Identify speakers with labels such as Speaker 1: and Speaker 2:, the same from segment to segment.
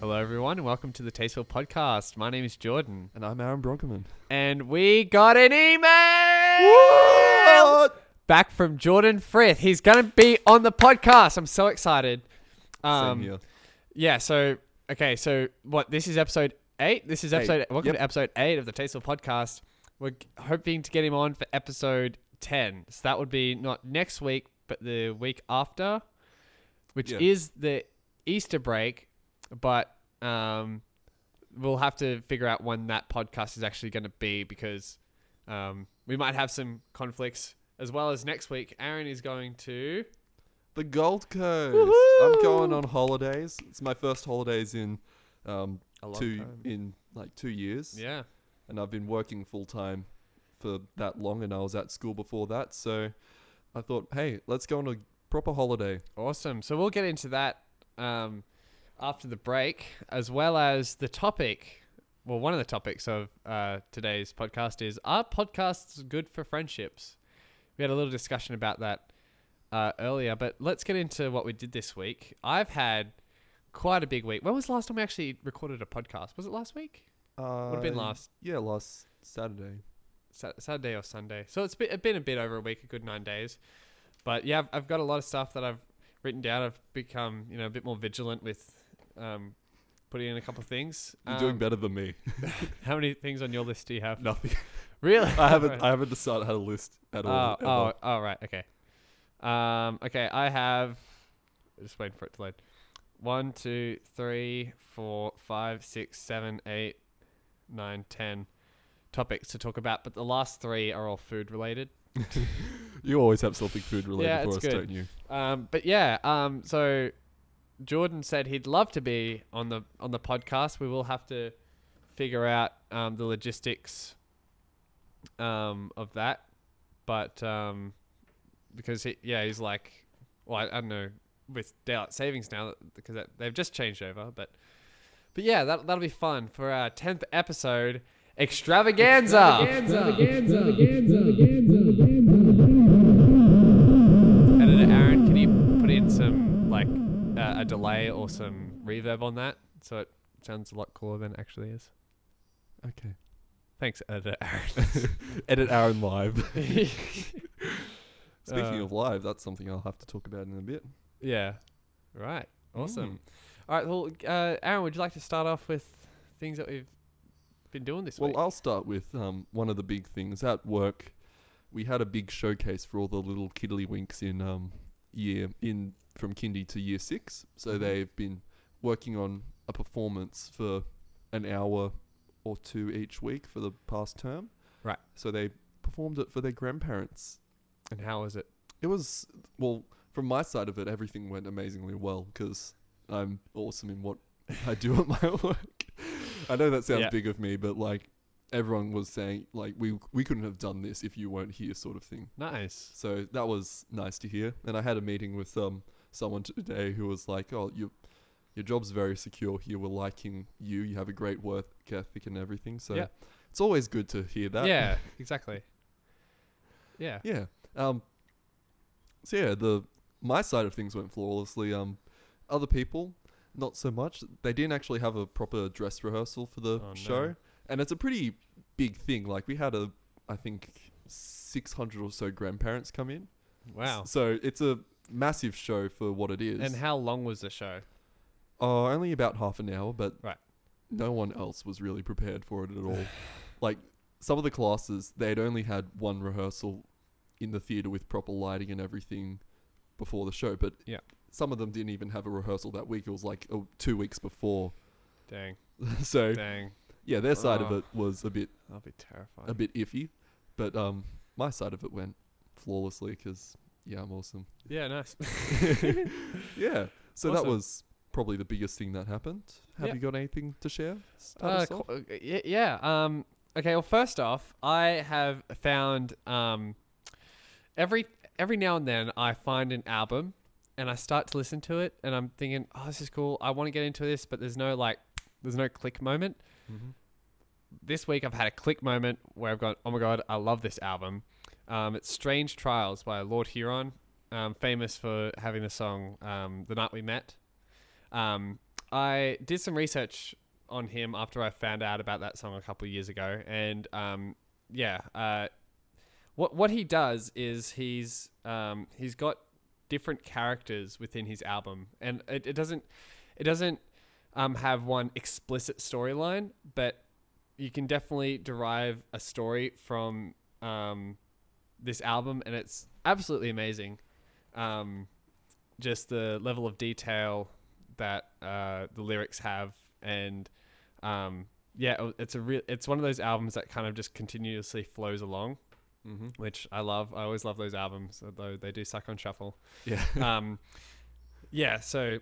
Speaker 1: and welcome to the Tasteful Podcast. My name is Jordan,
Speaker 2: And I'm Aaron Bronkerman.
Speaker 1: and we got an email
Speaker 2: What?
Speaker 1: back from Jordan Frith. He's going to be on the podcast. I'm so excited. Um,
Speaker 2: Same here.
Speaker 1: Yeah, so okay, so what this is episode 8. This is episode welcome to episode 8 of the Tasteful podcast. We're g- hoping to get him on for episode 10. So that would be not next week, but the week after, which
Speaker 2: Yeah.
Speaker 1: is the Easter break, but um we'll have to figure out when that podcast is actually going to be because um we might have some conflicts as well as next week Aaron is going to
Speaker 2: The Gold Coast.
Speaker 1: Woohoo!
Speaker 2: I'm going on holidays. It's my first holidays in um,
Speaker 1: a
Speaker 2: two in like two years,
Speaker 1: Yeah.
Speaker 2: and I've been working full time for that long, and I was at school before that. So I thought, hey, let's go on a proper holiday.
Speaker 1: Awesome. So we'll get into that um, after the break, as well as the topic. Well, one of the topics of uh, today's podcast is Are podcasts good for friendships? We had a little discussion about that uh, earlier, but let's get into what we did this week. I've had quite a big week. When was the last time we actually recorded a podcast? Was it last week?
Speaker 2: Uh,
Speaker 1: Would have been last
Speaker 2: Yeah, last Saturday.
Speaker 1: Sa- Saturday or Sunday. So it's been, it's been a bit over a week, a good nine days. But yeah, I've, I've got a lot of stuff that I've written down. I've become you know a bit more vigilant with um, putting in a couple of things.
Speaker 2: You're doing
Speaker 1: Um,
Speaker 2: better than me.
Speaker 1: How many things on your list do you have?
Speaker 2: Nothing.
Speaker 1: Really?
Speaker 2: I haven't.
Speaker 1: Alright.
Speaker 2: I haven't decided how to list at all.
Speaker 1: Oh,
Speaker 2: ever.
Speaker 1: oh, oh, right. Okay. Um, okay, I have. Just waiting for it to load. One, two, three, four, five, six, seven, eight, nine, ten topics to talk about, but the last three are all food related.
Speaker 2: You always have something food related
Speaker 1: Yeah,
Speaker 2: for
Speaker 1: it's
Speaker 2: us,
Speaker 1: good.
Speaker 2: don't you?
Speaker 1: Um, but yeah, um, so Jordan said he'd love to be on the on the podcast. We will have to figure out um, the logistics um, of that, but um, because he, yeah, he's like, well, I, I don't know, with daylight savings now because that, they've just changed over, but but yeah, that that'll be fun for our tenth episode extravaganza. Editor Aaron, can you put in some like uh, a delay or some reverb on that so it sounds a lot cooler than it actually is?
Speaker 2: Okay.
Speaker 1: Thanks, editor Aaron.
Speaker 2: Edit Aaron live. Speaking
Speaker 1: Uh,
Speaker 2: of live, that's something I'll have to talk about in a bit.
Speaker 1: yeah, right, awesome. All right, well, uh, Aaron, would you like to start off with things that we've been doing this
Speaker 2: Well,
Speaker 1: week?
Speaker 2: I'll start with um, one of the big things at work. We had a big showcase for all the little kiddlywinks in um, year in from kindy to year six. So
Speaker 1: Mhm.
Speaker 2: they've been working on a performance for an hour or two each week for the past term.
Speaker 1: Right.
Speaker 2: So they performed it for their grandparents
Speaker 1: and how is it?
Speaker 2: It was well from my side of it. Everything went amazingly well because I'm awesome in what I do at my work. I know that sounds
Speaker 1: Yeah.
Speaker 2: big of me, but like everyone was saying, like we we couldn't have done this if you weren't here, sort of thing.
Speaker 1: Nice.
Speaker 2: So that was nice to hear. And I had a meeting with um someone today who was like, "Oh, you." Your job's very secure here. We're liking you. You have a great work ethic and everything. So
Speaker 1: Yeah.
Speaker 2: it's always good to hear that.
Speaker 1: Yeah, exactly. Yeah.
Speaker 2: Yeah. Um. So yeah, the my side of things went flawlessly. Um, other people, not so much. They didn't actually have a proper dress rehearsal for the
Speaker 1: Oh, no.
Speaker 2: show, and it's a pretty big thing. Like we had a, I think, six hundred or so grandparents come in.
Speaker 1: Wow.
Speaker 2: S- So it's a massive show for what it is.
Speaker 1: And how long was the show?
Speaker 2: Oh, only about half an hour, but
Speaker 1: Right.
Speaker 2: no one else was really prepared for it at all. like some of the classes, they'd only had one rehearsal in the theater with proper lighting and everything before the show, but
Speaker 1: Yeah.
Speaker 2: some of them didn't even have a rehearsal that week. It was like oh, two weeks before.
Speaker 1: Dang.
Speaker 2: so
Speaker 1: Dang.
Speaker 2: yeah, their side of
Speaker 1: Oh.
Speaker 2: it was a bit
Speaker 1: I'll be terrified.
Speaker 2: a bit iffy, but um, my side of it went flawlessly because yeah, I'm awesome.
Speaker 1: Yeah, nice.
Speaker 2: Yeah. So that
Speaker 1: Awesome.
Speaker 2: was probably the biggest thing that happened. Have
Speaker 1: Yeah.
Speaker 2: you got anything to share? Start
Speaker 1: Uh,
Speaker 2: us off?
Speaker 1: qu- uh, y- yeah. Um, okay. Well, first off, I have found um, every every now and then I find an album and I start to listen to it and I'm thinking, oh, this is cool. I want to get into this, but there's no like, there's no click moment.
Speaker 2: Mm-hmm.
Speaker 1: This week I've had a click moment where I've gone, oh my god, I love this album. Um, it's Strange Trials by Lord Huron, um, famous for having the song um, "The Night We Met." Um, I did some research on him after I found out about that song a couple of years ago, and um, yeah, uh, what what he does is he's um, he's got different characters within his album, and it, it doesn't it doesn't um, have one explicit storyline, but you can definitely derive a story from um, this album, and it's absolutely amazing. Um, just the level of detail that uh, the lyrics have, and um, yeah, it- it's a real. It's one of those albums that kind of just continuously flows along,
Speaker 2: Mm-hmm.
Speaker 1: which I love. I always love those albums, although they do suck on shuffle
Speaker 2: Yeah.
Speaker 1: um, yeah. So,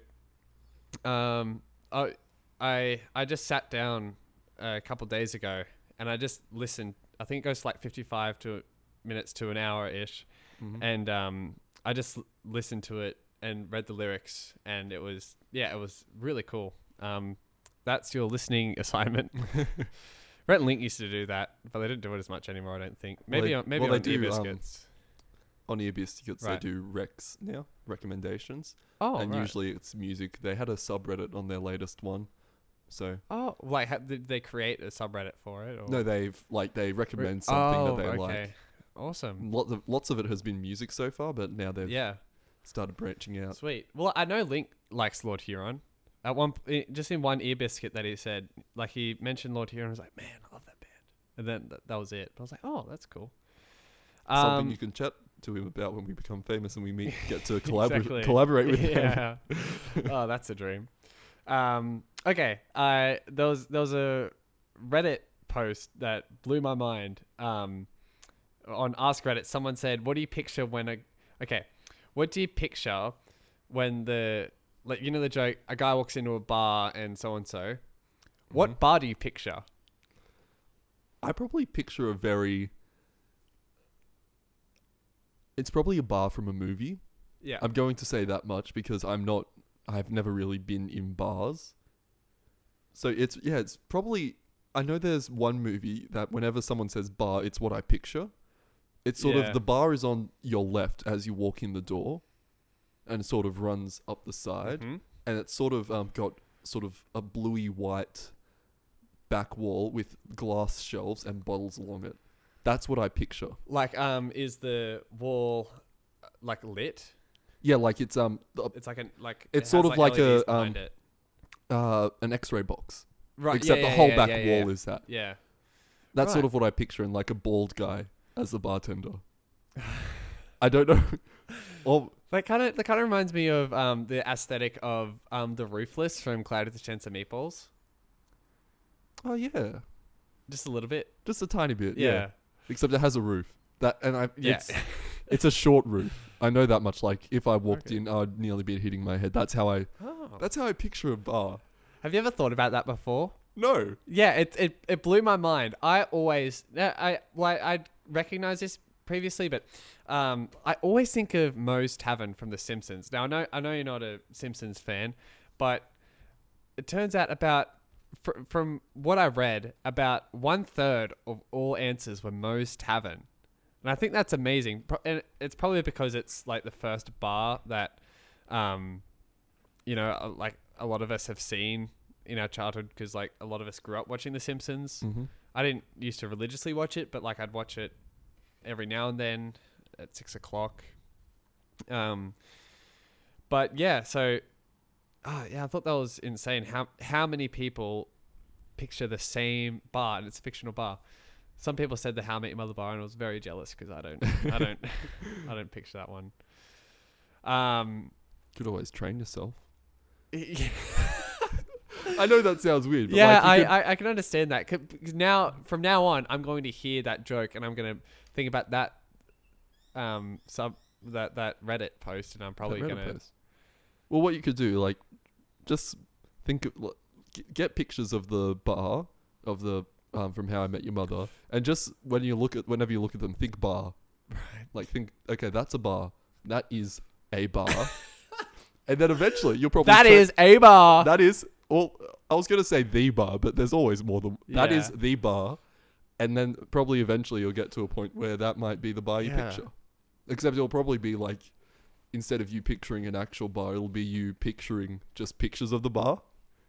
Speaker 1: um, I, I, I just sat down a couple days ago and I just listened. I think it goes like fifty-five to minutes to an hour ish,
Speaker 2: Mhm.
Speaker 1: and um, I just l- listened to it and read the lyrics, and it was yeah, it was really cool. Um, that's your listening assignment. Rhett and Link used to do that, but they didn't do it as much anymore. I don't think.
Speaker 2: Well,
Speaker 1: Maybe
Speaker 2: they-
Speaker 1: on, maybe
Speaker 2: well,
Speaker 1: on
Speaker 2: they do, um,
Speaker 1: Biscuits.
Speaker 2: On Earbus tickets,
Speaker 1: Right.
Speaker 2: they do recs now, recommendations,
Speaker 1: oh,
Speaker 2: and
Speaker 1: right.
Speaker 2: usually it's music. They had a subreddit on their latest one, so
Speaker 1: Oh, like ha- did they create a subreddit for it? Or?
Speaker 2: no, they've like they
Speaker 1: Oh. Re- oh,
Speaker 2: recommend something that they like.
Speaker 1: Awesome.
Speaker 2: Lots of lots of it has been music so far, but now they've
Speaker 1: Yeah,
Speaker 2: started branching out.
Speaker 1: sweet. Well, I know Link likes Lord Huron. At one, p- i- just in one ear biscuit that he said, like he mentioned Lord Huron. I was like, man, I love that band. And then th- that was it. I was like, oh, that's cool. Um,
Speaker 2: something you can chat to him about when we become famous and we meet, get to collabor-
Speaker 1: Exactly.
Speaker 2: collaborate with him.
Speaker 1: yeah. oh, that's a dream. Um, okay. Uh, there was there was a Reddit post that blew my mind. Um, on Ask Reddit, someone said, "What do you picture when a okay? What do you picture when the like you know the joke? A guy walks into a bar and so and so. What
Speaker 2: Mhm.
Speaker 1: bar do you picture?
Speaker 2: I probably picture a very. It's probably a bar from a movie.
Speaker 1: Yeah.
Speaker 2: I'm going to say that much because I'm not. I've never really been in bars. So it's yeah, it's probably. I know there's one movie that whenever someone says bar, it's what I picture. It's sort
Speaker 1: Yeah.
Speaker 2: of the bar is on your left as you walk in the door, and sort of runs up the side.
Speaker 1: Mhm.
Speaker 2: and it's sort of um, got sort of a bluey white back wall with glass shelves and bottles along it. That's what I picture.
Speaker 1: Like, um, is the wall uh, like lit?
Speaker 2: Yeah, like it's um uh,
Speaker 1: It's like an like. has,
Speaker 2: It's sort of like a,
Speaker 1: LEDs behind
Speaker 2: um,
Speaker 1: it.
Speaker 2: uh, an X-ray box,
Speaker 1: right.
Speaker 2: except
Speaker 1: yeah,
Speaker 2: the
Speaker 1: yeah,
Speaker 2: whole
Speaker 1: yeah,
Speaker 2: back
Speaker 1: yeah,
Speaker 2: wall
Speaker 1: yeah.
Speaker 2: is that.
Speaker 1: Yeah.
Speaker 2: That's sort
Speaker 1: Right.
Speaker 2: of what I picture, and like a bald guy as the bartender. I don't know. Oh, Or
Speaker 1: That kind of that kind of reminds me of um, the aesthetic of um, the roofless from Cloud of the Chance of Meatballs,
Speaker 2: oh yeah,
Speaker 1: just a little bit.
Speaker 2: just a tiny bit. Yeah.
Speaker 1: Yeah,
Speaker 2: Except it has a roof. That and I.
Speaker 1: yeah.
Speaker 2: It's, it's a short roof. I know that much. Like if I walked
Speaker 1: Okay.
Speaker 2: in, I'd nearly be hitting my head. That's how I.
Speaker 1: Oh.
Speaker 2: That's how I picture a bar.
Speaker 1: Have you ever thought about that before?
Speaker 2: No.
Speaker 1: Yeah, it it, it blew my mind. I always yeah, I like I recognize this previously, but um, I always think of Moe's Tavern from The Simpsons. Now I know I know you're not a Simpsons fan, but it turns out about fr- from what I read, about one third of all answers were Moe's Tavern, and I think that's amazing. Pro- and it's probably because it's like the first bar that, um, you know, uh, like a lot of us have seen in our childhood because like a lot of us grew up watching The Simpsons.
Speaker 2: Mm-hmm.
Speaker 1: I didn't used to religiously watch it, but like I'd watch it every now and then at six o'clock. Um, but yeah, so ah, yeah, I thought that was insane. How how many people picture the same bar and it's a fictional bar? Some people said the How I Met Your Mother bar, and I was very jealous because I don't, I don't, I don't picture that one. Um,
Speaker 2: Could always train yourself.
Speaker 1: yeah,
Speaker 2: I know that sounds weird. But like you
Speaker 1: I,
Speaker 2: could-
Speaker 1: I, I can understand that. 'Cause- because now, from now on, I'm going to hear that joke, and I'm going to think about that, um, sub that that Reddit post, and I'm probably
Speaker 2: that
Speaker 1: going
Speaker 2: Reddit
Speaker 1: to
Speaker 2: post. Well, what you could do, like, just think of like, g- get pictures of the bar of the um, from How I Met Your Mother, and just when you look at whenever you look at them, think bar. Right. Like think, okay, that's a bar. That is a bar. and then eventually you'll probably
Speaker 1: That
Speaker 2: tra-
Speaker 1: is a bar.
Speaker 2: that is well i was going to say the bar but there's always more than that is
Speaker 1: Yeah.
Speaker 2: the bar and then probably eventually you'll get to a point where that might be the bar you
Speaker 1: Yeah.
Speaker 2: picture except it'll probably be like instead of you picturing an actual bar it'll be you picturing just pictures of the bar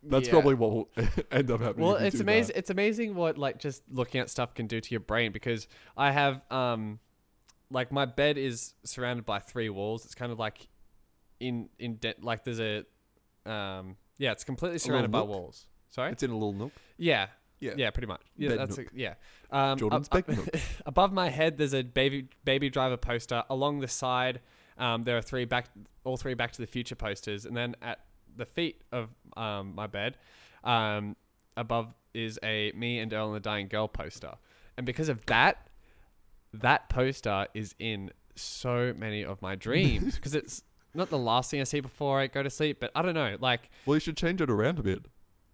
Speaker 2: That's
Speaker 1: Yeah.
Speaker 2: probably what will end up happening.
Speaker 1: Well,
Speaker 2: if you
Speaker 1: it's
Speaker 2: do
Speaker 1: amazing.
Speaker 2: that.
Speaker 1: It's amazing what like just looking at stuff can do to your brain because I have um, like my bed is surrounded by three walls. It's kind of like in in de- like there's a um yeah, it's completely
Speaker 2: little
Speaker 1: surrounded by
Speaker 2: nook?
Speaker 1: walls. Sorry.
Speaker 2: It's in a little nook.
Speaker 1: yeah.
Speaker 2: Yeah.
Speaker 1: Yeah. Pretty much. Yeah.
Speaker 2: Bed
Speaker 1: that's a, yeah. Um,
Speaker 2: Jordan's
Speaker 1: up- up-
Speaker 2: bed nook.
Speaker 1: above my head there's a baby baby driver poster along the side um, there are three back all three back to the future posters and then at the feet of um, my bed um, above is a me and earl and the dying girl poster and because of that that poster is in so many of my dreams because it's not the last thing i see before i go to sleep but i don't know like
Speaker 2: Well, you should change it around a bit.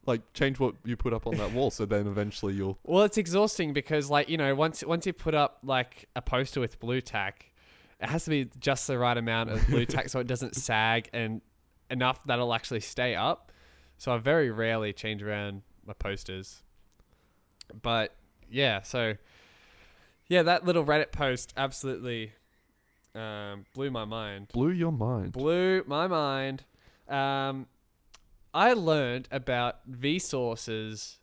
Speaker 2: Like change what you put up on that wall, so then eventually you'll.
Speaker 1: Well, it's exhausting because, like, you know, once once you put up like a poster with blue tack, it has to be just the right amount of blue tack so it doesn't sag and enough that'll actually stay up. So I very rarely change around my posters. But yeah, so yeah, that little Reddit post absolutely um, blew my mind
Speaker 2: Blew your mind.
Speaker 1: blew my mind. Um, I learned about Vsauce's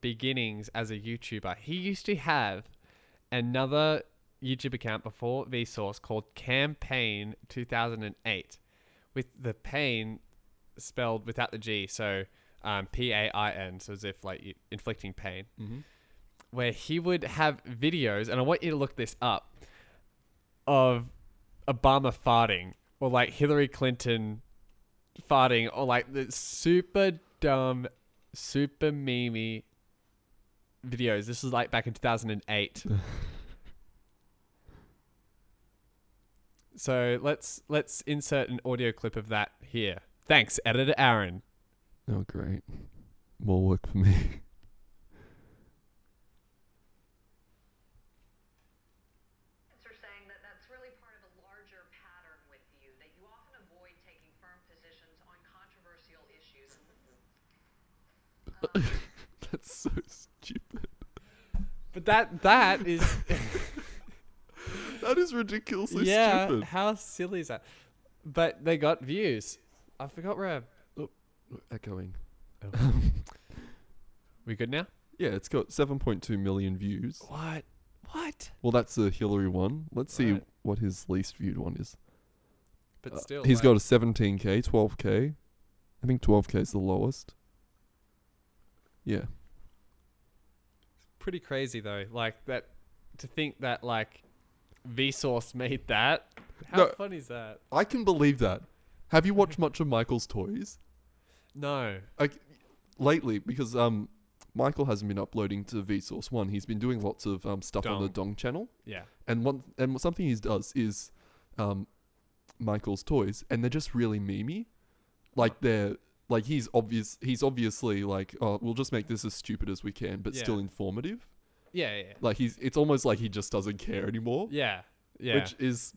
Speaker 1: beginnings as a YouTuber. He used to have another YouTube account before Vsauce called Campaign 2008 with the pain spelled without the G. So um, P A I N. So as if like you- inflicting pain
Speaker 2: mm-hmm.
Speaker 1: where he would have videos, and I want you to look this up, of Obama farting or like Hillary Clinton farting or like the super dumb, super memey videos. This was like back in 2008. so let's let's insert an audio clip of that here. Thanks, editor Aaron.
Speaker 2: Oh, great. More work for me.
Speaker 3: Scientists are saying that that's really part of a larger pattern with you, that you often avoid taking firm positions on controversial issues. Um,
Speaker 2: That's so stupid.
Speaker 1: But that that is
Speaker 2: That is ridiculously
Speaker 1: yeah,
Speaker 2: stupid.
Speaker 1: how silly is that? But they got views. I forgot where. I-
Speaker 2: Echoing.
Speaker 1: We good now?
Speaker 2: Yeah, it's got 7.2 million views.
Speaker 1: What? What?
Speaker 2: Well, that's the Hillary one. Let's see
Speaker 1: Right.
Speaker 2: what his least viewed one is.
Speaker 1: But
Speaker 2: Uh,
Speaker 1: still,
Speaker 2: he's
Speaker 1: like-
Speaker 2: got a 17k, 12k. I think 12k is the lowest. Yeah.
Speaker 1: pretty crazy though. Like that, to think that like Vsauce made that. How
Speaker 2: No.
Speaker 1: funny is that?
Speaker 2: I can believe that. Have you watched much of Michael's toys?
Speaker 1: No.
Speaker 2: like lately because um Michael hasn't been uploading to Vsauce One. He's been doing lots of um, stuff on the Dong channel,
Speaker 1: Yeah.
Speaker 2: and one and something he does is um Michael's toys, and they're just really memey. Like they're like he's obvious he's obviously like oh we'll just make this as stupid as we can, but still
Speaker 1: Yeah.
Speaker 2: informative.
Speaker 1: Yeah. Yeah.
Speaker 2: Like he's it's almost like he just doesn't care anymore,
Speaker 1: Yeah. Yeah.
Speaker 2: which is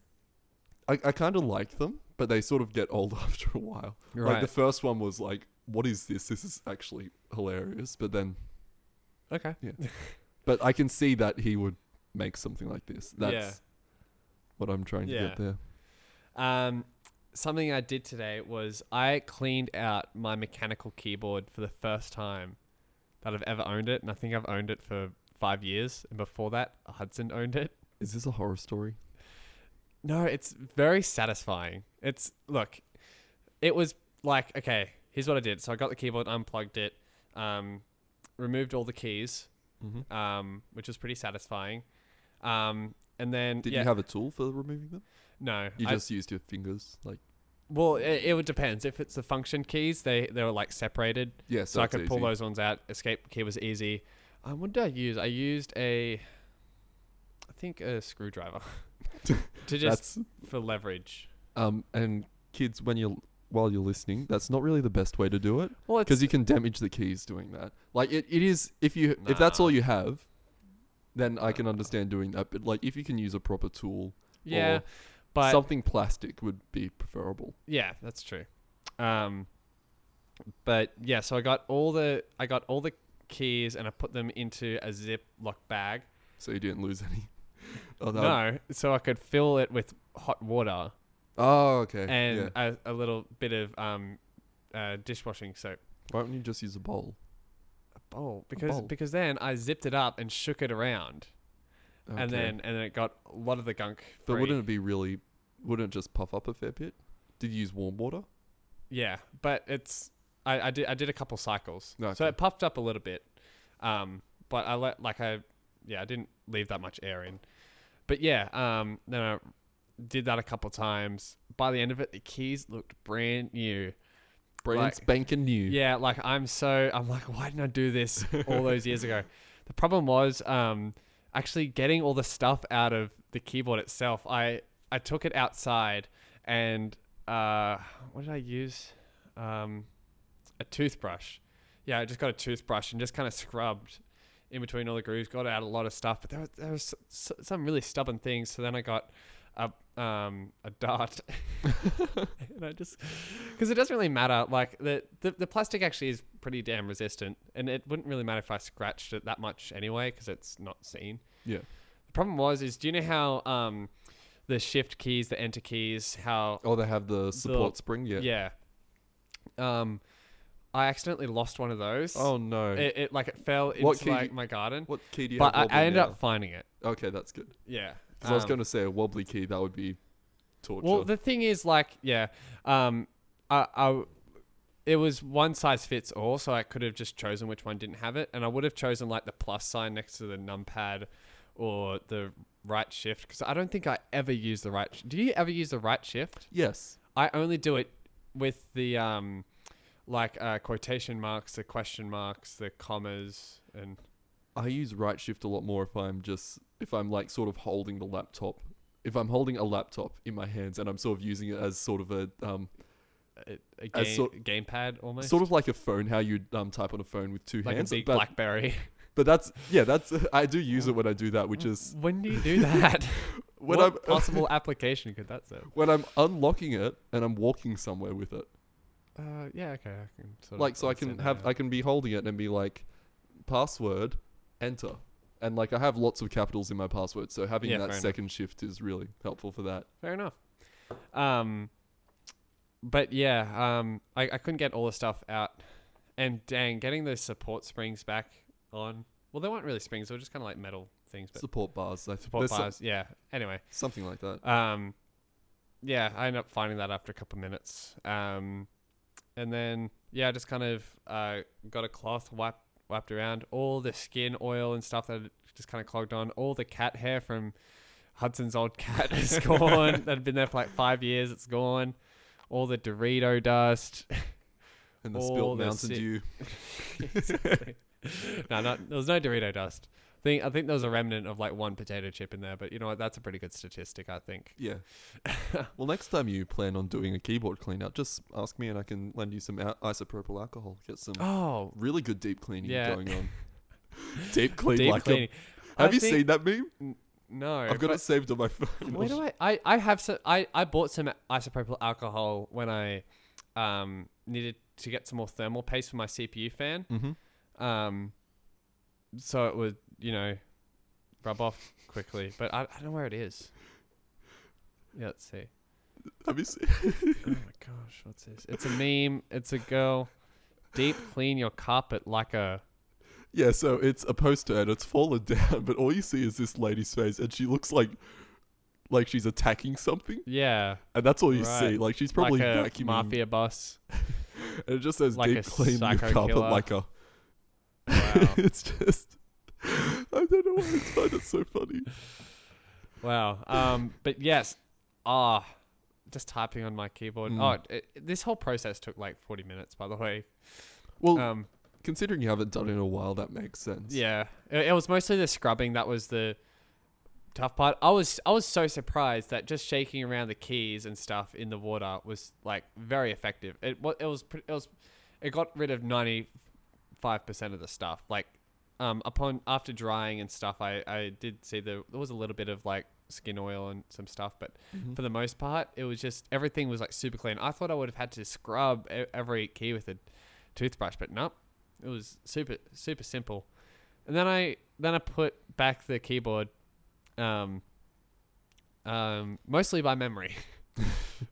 Speaker 2: I, I kind of like them, but they sort of get old after a while. Like the
Speaker 1: Right.
Speaker 2: first one was like, what is this? This is actually hilarious. But then,
Speaker 1: okay.
Speaker 2: but I can see that he would make something like this.
Speaker 1: Yeah.
Speaker 2: That's what I'm trying to
Speaker 1: Yeah.
Speaker 2: get there.
Speaker 1: Um, something I did today was I cleaned out my mechanical keyboard for the first time that I've ever owned it, and I think I've owned it for five years. And before that, Hudson owned it.
Speaker 2: Is this a horror story?
Speaker 1: No, it's very satisfying. It's look, it was like okay, here's what I did. So I got the keyboard, unplugged it, um, removed all the keys,
Speaker 2: Mhm.
Speaker 1: um, which was pretty satisfying. Um, and then
Speaker 2: Did
Speaker 1: yeah,
Speaker 2: you have a tool for removing them?
Speaker 1: no,
Speaker 2: You
Speaker 1: I-
Speaker 2: just used your fingers, like
Speaker 1: well, it, it would depends. If it's the function keys, they they were like separated,
Speaker 2: yeah.
Speaker 1: so I could pull
Speaker 2: easy.
Speaker 1: those ones out. Escape key was easy. Um, what did I use? I used a, I think a screwdriver to just
Speaker 2: That's
Speaker 1: for leverage.
Speaker 2: um and kids when you while you're listening, that's not really the best way to do it
Speaker 1: Well, it's
Speaker 2: because you can damage the keys doing that. Like it, it is if you if that's
Speaker 1: Nah. Uh.
Speaker 2: all you have, then I can
Speaker 1: Nah.
Speaker 2: understand doing that. But like if you can use a proper tool
Speaker 1: yeah,
Speaker 2: or
Speaker 1: but
Speaker 2: something plastic would be preferable.
Speaker 1: Yeah, that's true. Um, but yeah, so I got all the I got all the keys and I put them into a Ziploc bag.
Speaker 2: So you didn't lose any. Oh, that would-
Speaker 1: No, so I could fill it with hot water
Speaker 2: oh okay.
Speaker 1: and
Speaker 2: yeah.
Speaker 1: a, a little bit of um, uh, dishwashing soap.
Speaker 2: Why don't you just use a bowl?
Speaker 1: A bowl because
Speaker 2: bowl.
Speaker 1: because then I zipped it up and shook it around,
Speaker 2: Okay.
Speaker 1: and then and then it got a lot of the gunk.
Speaker 2: But
Speaker 1: free.
Speaker 2: wouldn't it be really? Wouldn't it just puff up a fair bit? Did you use warm water?
Speaker 1: Yeah, but it's I, I did I did a couple cycles, so
Speaker 2: Okay.
Speaker 1: it puffed up a little bit, um, but I let like I yeah I didn't leave that much air in, but yeah um then I did that a couple times. By the end of it, the keys looked brand new.
Speaker 2: Brand
Speaker 1: Like-
Speaker 2: spanking new.
Speaker 1: Yeah, like I'm so I'm like why didn't I do this all those years ago? The problem was um actually getting all the stuff out of the keyboard itself. I I took it outside and uh what did I use? Um a toothbrush. Yeah, I just got a toothbrush and just kind of scrubbed in between all the grooves, got out a lot of stuff, but there was, there was s- s- some really stubborn things. So then I got a um a dart, and I just because it doesn't really matter. Like the, the the plastic actually is pretty damn resistant, and it wouldn't really matter if I scratched it that much anyway because it's not seen.
Speaker 2: Yeah.
Speaker 1: The problem was is do you know how um the shift keys, the enter keys, how
Speaker 2: Oh, they have the support spring. Yeah.
Speaker 1: yeah. Um, I accidentally lost one of those.
Speaker 2: Oh no.
Speaker 1: It, it like it fell into
Speaker 2: What key
Speaker 1: like
Speaker 2: you-
Speaker 1: my garden,
Speaker 2: what key do you
Speaker 1: but I,
Speaker 2: have?
Speaker 1: I
Speaker 2: wobbling
Speaker 1: ended
Speaker 2: now?
Speaker 1: up finding it.
Speaker 2: Okay, that's good.
Speaker 1: Yeah,
Speaker 2: Because I was
Speaker 1: Um,
Speaker 2: going to say a wobbly key that would be torture.
Speaker 1: Well, the thing is, like, yeah, um, I, I, it was one size fits all, so I could have just chosen which one didn't have it, and I would have chosen like the plus sign next to the numpad or the right shift because I don't think I ever use the right. Sh- Do you ever use the right shift?
Speaker 2: yes.
Speaker 1: I only do it with the um, like uh, quotation marks, the question marks, the commas, and
Speaker 2: I use right shift a lot more if I'm just if I'm like sort of holding the laptop. If I'm holding a laptop in my hands and I'm sort of using it as sort of a um,
Speaker 1: a, a
Speaker 2: As
Speaker 1: game,
Speaker 2: sort-
Speaker 1: gamepad almost.
Speaker 2: sort of like a phone, how you um, type on a phone with two
Speaker 1: like
Speaker 2: hands.
Speaker 1: a big
Speaker 2: but,
Speaker 1: BlackBerry.
Speaker 2: but that's yeah, that's I do use it when I do that,
Speaker 1: Mm.
Speaker 2: which is
Speaker 1: When do you do that?
Speaker 2: when
Speaker 1: what
Speaker 2: I'm
Speaker 1: possible application could that serve?
Speaker 2: when I'm unlocking it and I'm walking somewhere with it.
Speaker 1: Uh, yeah, okay, I can sort
Speaker 2: like so I can have I can be holding it and be like password enter. And like I have lots of capitals in my password, so having
Speaker 1: Yeah, fair
Speaker 2: that
Speaker 1: enough.
Speaker 2: second shift is really helpful for that.
Speaker 1: fair enough. Um, but yeah, um, I, I couldn't get all the stuff out, and dang, getting those support springs back on. Well, they weren't really springs; they were just kind of like metal things, but
Speaker 2: Support bars, I
Speaker 1: support
Speaker 2: there's so-
Speaker 1: bars. yeah. Anyway,
Speaker 2: something like that.
Speaker 1: um, yeah, I ended up finding that after a couple of minutes. Um, and then yeah, I just kind of uh, got a cloth wiped wiped around all the skin oil and stuff that had just kind of clogged on. All the cat hair from Hudson's old cat is gone. that had been there for like five years. It's gone. All the Dorito dust.
Speaker 2: And the
Speaker 1: all
Speaker 2: spilt
Speaker 1: the
Speaker 2: Mountain
Speaker 1: si-
Speaker 2: Dew.
Speaker 1: no, not there was no Dorito dust. I think I think there was a remnant of like one potato chip in there, but you know what? That's a pretty good statistic, I think.
Speaker 2: Yeah. well, next time you plan on doing a keyboard clean out, just ask me and I can lend you some al- isopropyl alcohol. Get some
Speaker 1: Oh,
Speaker 2: really good deep cleaning
Speaker 1: Yeah.
Speaker 2: going on. deep clean
Speaker 1: deep
Speaker 2: like
Speaker 1: cleaning.
Speaker 2: A, Have
Speaker 1: I
Speaker 2: you
Speaker 1: think-
Speaker 2: seen that meme?
Speaker 1: No,
Speaker 2: I've got
Speaker 1: but
Speaker 2: it saved on my phone.
Speaker 1: Where do I? I, I have some. I, I bought some isopropyl alcohol when I um, needed to get some more thermal paste for my CPU fan.
Speaker 2: mm-hmm.
Speaker 1: Um, so it would you know rub off quickly. But I, I don't know where it is. Yeah, let's see.
Speaker 2: Have you seen?
Speaker 1: Oh my gosh, what's this? It's a meme. It's a girl. Deep clean your carpet like a.
Speaker 2: Yeah, so it's a poster and it's fallen down, but all you see is this lady's face, and she looks like like she's attacking something,
Speaker 1: Yeah,
Speaker 2: and that's all you
Speaker 1: Right.
Speaker 2: see. Like she's probably
Speaker 1: like a
Speaker 2: vacuuming,
Speaker 1: mafia boss.
Speaker 2: and it just says
Speaker 1: like a
Speaker 2: deep clean your
Speaker 1: psycho
Speaker 2: carpet
Speaker 1: killer."
Speaker 2: like a.
Speaker 1: Wow.
Speaker 2: it's just. I don't know why I find it so funny.
Speaker 1: Wow. Um, but yes, ah, just typing on my keyboard.
Speaker 2: Mm.
Speaker 1: Oh, it, it- this whole process took like 40 minutes, by the way.
Speaker 2: Well,
Speaker 1: Um,
Speaker 2: considering you haven't done it in a while, that makes sense.
Speaker 1: yeah, it, it was mostly the scrubbing that was the tough part. I was I was so surprised that just shaking around the keys and stuff in the water was like very effective. It wa- it was pre- it was it got rid of 95 percent of the stuff. Like um, upon after drying and stuff, I I did see the there was a little bit of like skin oil and some stuff, but
Speaker 2: Mhm.
Speaker 1: for the most part, it was just everything was like super clean. I thought I would have had to scrub e- every key with a toothbrush, but nope. It was super super simple. And then I then I put back the keyboard um um mostly by memory.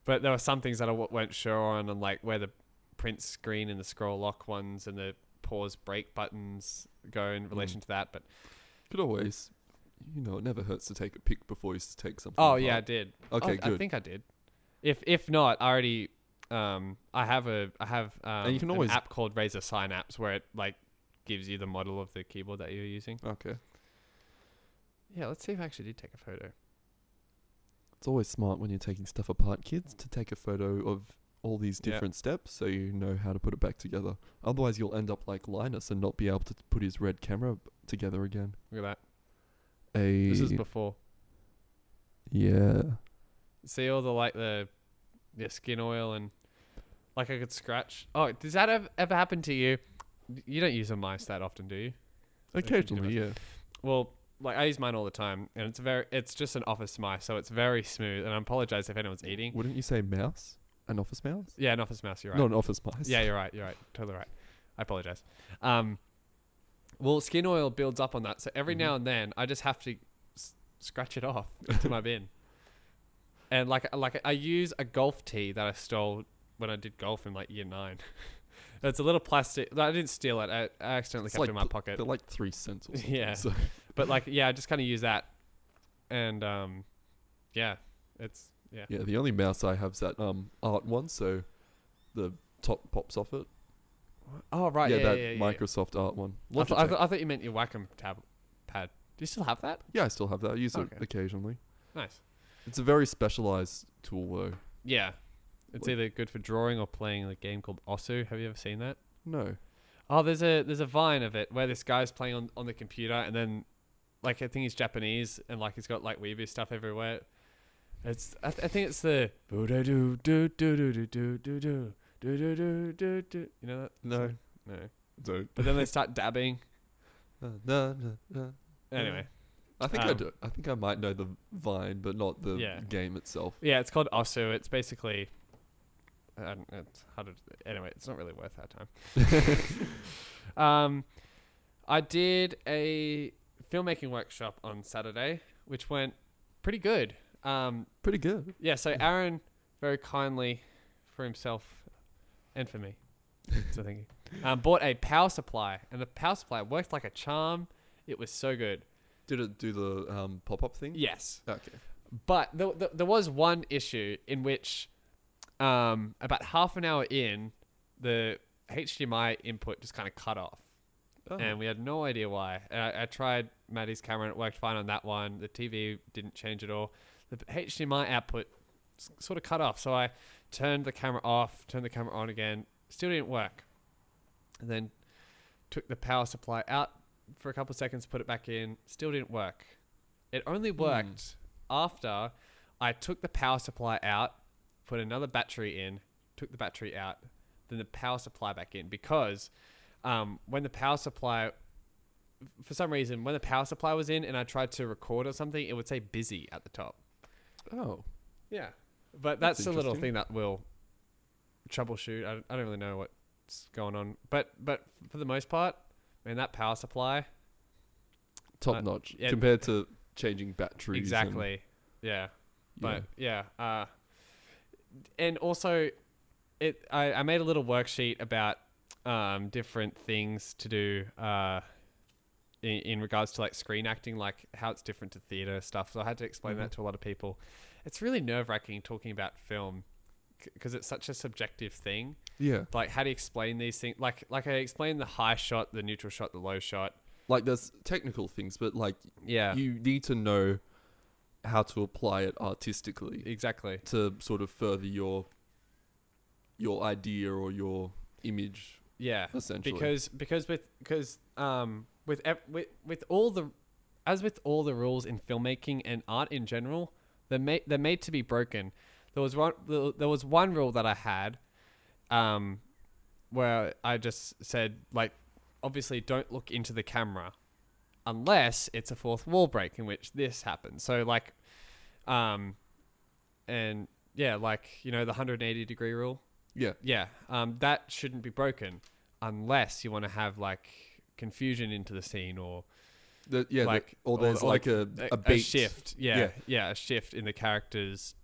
Speaker 1: but there were some things that I w- weren't sure on and like where the print screen and the scroll lock ones and the pause break buttons go in relation to that. But
Speaker 2: Could always, you know, it never hurts to take a pic before you s- take something.
Speaker 1: oh yeah, I
Speaker 2: apart.
Speaker 1: did.
Speaker 2: Okay,
Speaker 1: I, I
Speaker 2: good.
Speaker 1: think I did. If if not, I already um I have a I have um,
Speaker 2: you can
Speaker 1: an
Speaker 2: always-
Speaker 1: app called Razer Synapse where it like gives you the model of the keyboard that you're using.
Speaker 2: Okay,
Speaker 1: Yeah, let's see if I actually did take a photo.
Speaker 2: it's always smart when you're taking stuff apart, kids, to take a photo of all these
Speaker 1: Yeah.
Speaker 2: different steps so you know how to put it back together. Otherwise, you'll end up like Linus and not be able to put his red camera b- together again.
Speaker 1: Look at
Speaker 2: A
Speaker 1: that. This is before.
Speaker 2: yeah.
Speaker 1: See all the like the the skin oil and like I could scratch. Oh, does that ever, ever happen to you? You don't use a mouse that often, do you?
Speaker 2: Occasionally, yeah.
Speaker 1: Well, like I use mine all the time, and it's a very it's just an office mouse, so it's very smooth. And I apologize if
Speaker 2: Mm.
Speaker 1: anyone's eating.
Speaker 2: Wouldn't you say mouse? An office mouse?
Speaker 1: Yeah, an office mouse. You're right.
Speaker 2: Not an office mouse.
Speaker 1: Yeah, you're right. You're right. Totally right. I apologize. Um, well, skin oil builds up on that, so
Speaker 2: Mm-hmm.
Speaker 1: every now and then I just have to s- scratch it off into my bin. And like, like I use a golf tee that I stole when I did golf in like year nine. it's a little plastic. I didn't steal it. I, I accidentally
Speaker 2: It's
Speaker 1: kept
Speaker 2: like
Speaker 1: it in my
Speaker 2: pl-
Speaker 1: pocket.
Speaker 2: They're like three cents or something.
Speaker 1: Yeah.
Speaker 2: So
Speaker 1: but like, yeah, I just kind of use that, and um, yeah, it's yeah.
Speaker 2: yeah, the only mouse I have is that um art one, so the top pops off it.
Speaker 1: Oh right, yeah,
Speaker 2: yeah,
Speaker 1: yeah,
Speaker 2: that
Speaker 1: yeah, yeah.
Speaker 2: Microsoft art one.
Speaker 1: I, th- I,
Speaker 2: Logitech.
Speaker 1: th- I thought you meant your Wacom tab pad. Do you still have that?
Speaker 2: yeah, I still have that. I use
Speaker 1: Okay.
Speaker 2: it occasionally.
Speaker 1: Nice.
Speaker 2: It's a very specialized tool though.
Speaker 1: Yeah. It's
Speaker 2: Like-
Speaker 1: either good for drawing or playing a game called Osu. Have you ever seen that?
Speaker 2: No.
Speaker 1: Oh, there's a there's a vine of it where this guy's playing on, on the computer and then like I think he's Japanese and like he's got like weeaboo stuff everywhere. It's I, th- I think it's the do do do do do do do do do do do do do you know that
Speaker 2: No.
Speaker 1: song? no
Speaker 2: Don't.
Speaker 1: but then they start dabbing
Speaker 2: Uh, no, no, no.
Speaker 1: anyway
Speaker 2: I think I
Speaker 1: Um,
Speaker 2: do. I think I might know the vine, but not the
Speaker 1: Yeah.
Speaker 2: game itself.
Speaker 1: yeah it's called Osu it's basically I don't, it's how to anyway it's not really worth our time Um, I did a filmmaking workshop on Saturday, which went pretty good. Um,
Speaker 2: Pretty good.
Speaker 1: yeah, so Aaron very kindly, for himself and for me, so thank you, um, bought a power supply, and the power supply worked like a charm. It was so good.
Speaker 2: Did it do the um, pop up thing?
Speaker 1: Yes.
Speaker 2: Okay.
Speaker 1: But there, there, there was one issue in which, um, about half an hour in, the HDMI input just kind of cut off,
Speaker 2: Oh.
Speaker 1: and we had no idea why. And I, I tried Maddie's camera, and it worked fine on that one. The TV didn't change at all. The HDMI output s- sort of cut off, so I turned the camera off, turned the camera on again. Still didn't work. And then took the power supply out for a couple of seconds, put it back in. Still didn't work. It only worked after I took the power supply out, put another battery in, took the battery out, then the power supply back in because um, when the power supply for some reason when the power supply was in and I tried to record or something, it would say busy at the top.
Speaker 2: Oh.
Speaker 1: Yeah, but
Speaker 2: That's
Speaker 1: that's, a little
Speaker 2: interesting.
Speaker 1: thing that will troubleshoot. I don't, I don't really know what's going on, but but for the most part, man, that power supply
Speaker 2: Top
Speaker 1: Uh,
Speaker 2: notch
Speaker 1: yeah.
Speaker 2: compared to changing batteries. and-
Speaker 1: exactly. Yeah,
Speaker 2: yeah.
Speaker 1: but yeah, uh, and also, it I, I made a little worksheet about um, different things to do uh, in, in regards to like screen acting, like how it's different to theater stuff. So I had to explain
Speaker 2: Mhm.
Speaker 1: that to a lot of people. It's really nerve wracking talking about film because it's such a subjective thing
Speaker 2: Yeah.
Speaker 1: like how do you explain these things like like i explained the high shot the neutral shot the low shot
Speaker 2: Like there's technical things, but like
Speaker 1: yeah
Speaker 2: you need to know how to apply it artistically
Speaker 1: exactly
Speaker 2: to sort of further your your idea or your image
Speaker 1: yeah
Speaker 2: essentially.
Speaker 1: because because with because um with ev- with with all the as with all the rules in filmmaking and art in general they're made they're made to be broken there was one there was one rule that i had um where i just said like obviously don't look into the camera unless it's a fourth wall break in which this happens so like um and yeah like you know the 180 degree rule
Speaker 2: yeah,
Speaker 1: yeah, um, that shouldn't be broken unless you want to have like confusion into the scene or
Speaker 2: The- yeah, the-
Speaker 1: Like-
Speaker 2: or
Speaker 1: or-
Speaker 2: there's
Speaker 1: or
Speaker 2: like,
Speaker 1: like
Speaker 2: a,
Speaker 1: a,
Speaker 2: a
Speaker 1: a
Speaker 2: beat
Speaker 1: shift. Yeah,
Speaker 2: Yeah.
Speaker 1: yeah, a shift in the character's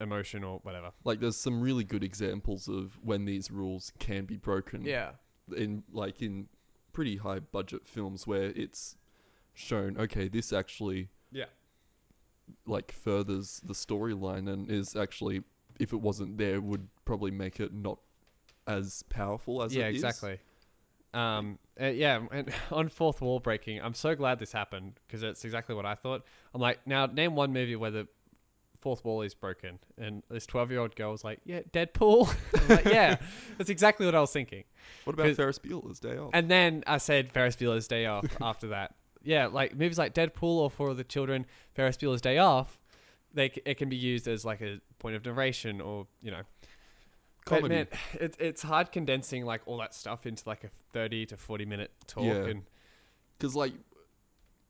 Speaker 1: emotion or whatever.
Speaker 2: Like, there's some really good examples of when these rules can be broken.
Speaker 4: Yeah.
Speaker 2: in like in pretty high budget films where it's shown okay this actually
Speaker 1: Yeah.
Speaker 2: like furthers the storyline and is actually if it wasn't there would probably make it not as powerful as
Speaker 1: yeah,
Speaker 2: it is.
Speaker 1: exactly. Um, uh, yeah, and on fourth wall breaking, I'm so glad this happened because it's exactly what I thought. I'm like, now name one movie where the fourth wall is broken, and this 12 year old girl was like, yeah, Deadpool. I'm like, yeah, that's exactly what I was thinking.
Speaker 2: what about
Speaker 1: 'Cause-
Speaker 2: ferris bueller's day off
Speaker 1: And then I said Ferris Bueller's Day Off after that. Yeah, like movies like Deadpool or For the Children, Ferris Bueller's Day Off, they c- it can be used as like a point of narration or you know. But
Speaker 2: Comedy.
Speaker 1: man, it's it's hard condensing like all that stuff into like a thirty to forty minute talk,
Speaker 2: Yeah.
Speaker 1: and
Speaker 2: because like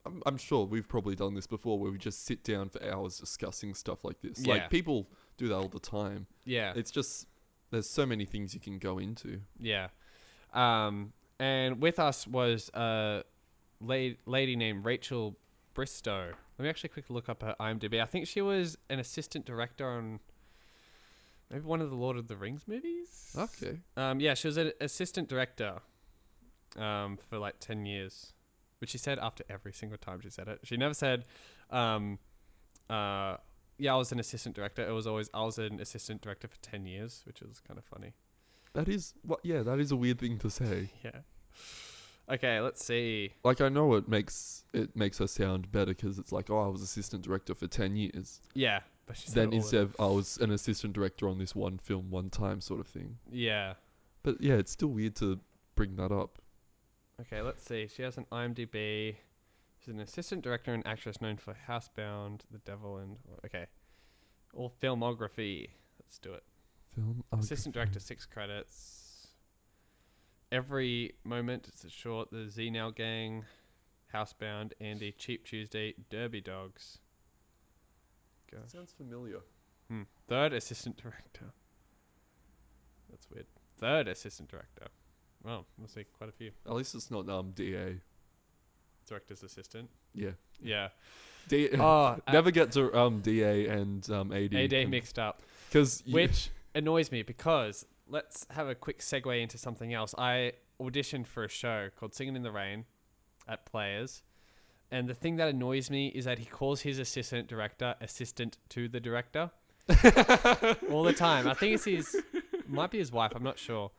Speaker 2: I'm, I'm sure we've probably done this before where we just sit down for hours discussing stuff like this
Speaker 1: Yeah.
Speaker 2: like people do that all the time
Speaker 1: yeah,
Speaker 2: it's just there's so many things you can go into
Speaker 1: yeah. Um, and with us was a la- lady named Rachel Bristow. Let me actually quickly look up her IMDb. I think she was an assistant director on maybe one of the Lord of the Rings movies.
Speaker 2: okay
Speaker 1: Um, yeah, she was an assistant director um, for like 10 years, which she said after every single time she said it. She never said, um, uh, yeah, I was an assistant director. It was always, I was an assistant director for 10 years, which was kind of funny.
Speaker 2: that is what yeah that is a weird thing to say
Speaker 1: Yeah. Okay, let's see.
Speaker 2: like I know it makes it makes her sound better because it's like, oh, I was assistant director for ten years.
Speaker 1: Yeah. But she said
Speaker 2: then
Speaker 1: all of
Speaker 2: instead
Speaker 1: it.
Speaker 2: of "Oh, I was an assistant director on this one film one time sort of thing.
Speaker 1: Yeah.
Speaker 2: But yeah, it's still weird to bring that up.
Speaker 1: Okay, let's see. She has an IMDb. She's an assistant director and actress known for Housebound, The Devil, and. Okay. All filmography. Let's do it.
Speaker 2: Oh, Film
Speaker 1: Assistant director, six credits. Every moment, it's a short. The Z Now Gang, Housebound, Andy, Cheap Tuesday, Derby Dogs. Go.
Speaker 2: sounds familiar.
Speaker 1: Hmm. Third assistant director. That's weird. Third assistant director. Well, we'll see quite a few.
Speaker 2: At least it's not um DA.
Speaker 1: Director's assistant.
Speaker 2: Yeah,
Speaker 1: Yeah.
Speaker 2: D-
Speaker 1: Oh,
Speaker 2: never get to um DA and um AD
Speaker 1: A day mixed up.
Speaker 2: because
Speaker 1: which annoys me because let's have a quick segue into something else. I auditioned for a show called Singing in the Rain at Players, and the thing that annoys me is that he calls his assistant director assistant to the director all the time. I think it's his might be his wife. I'm not sure,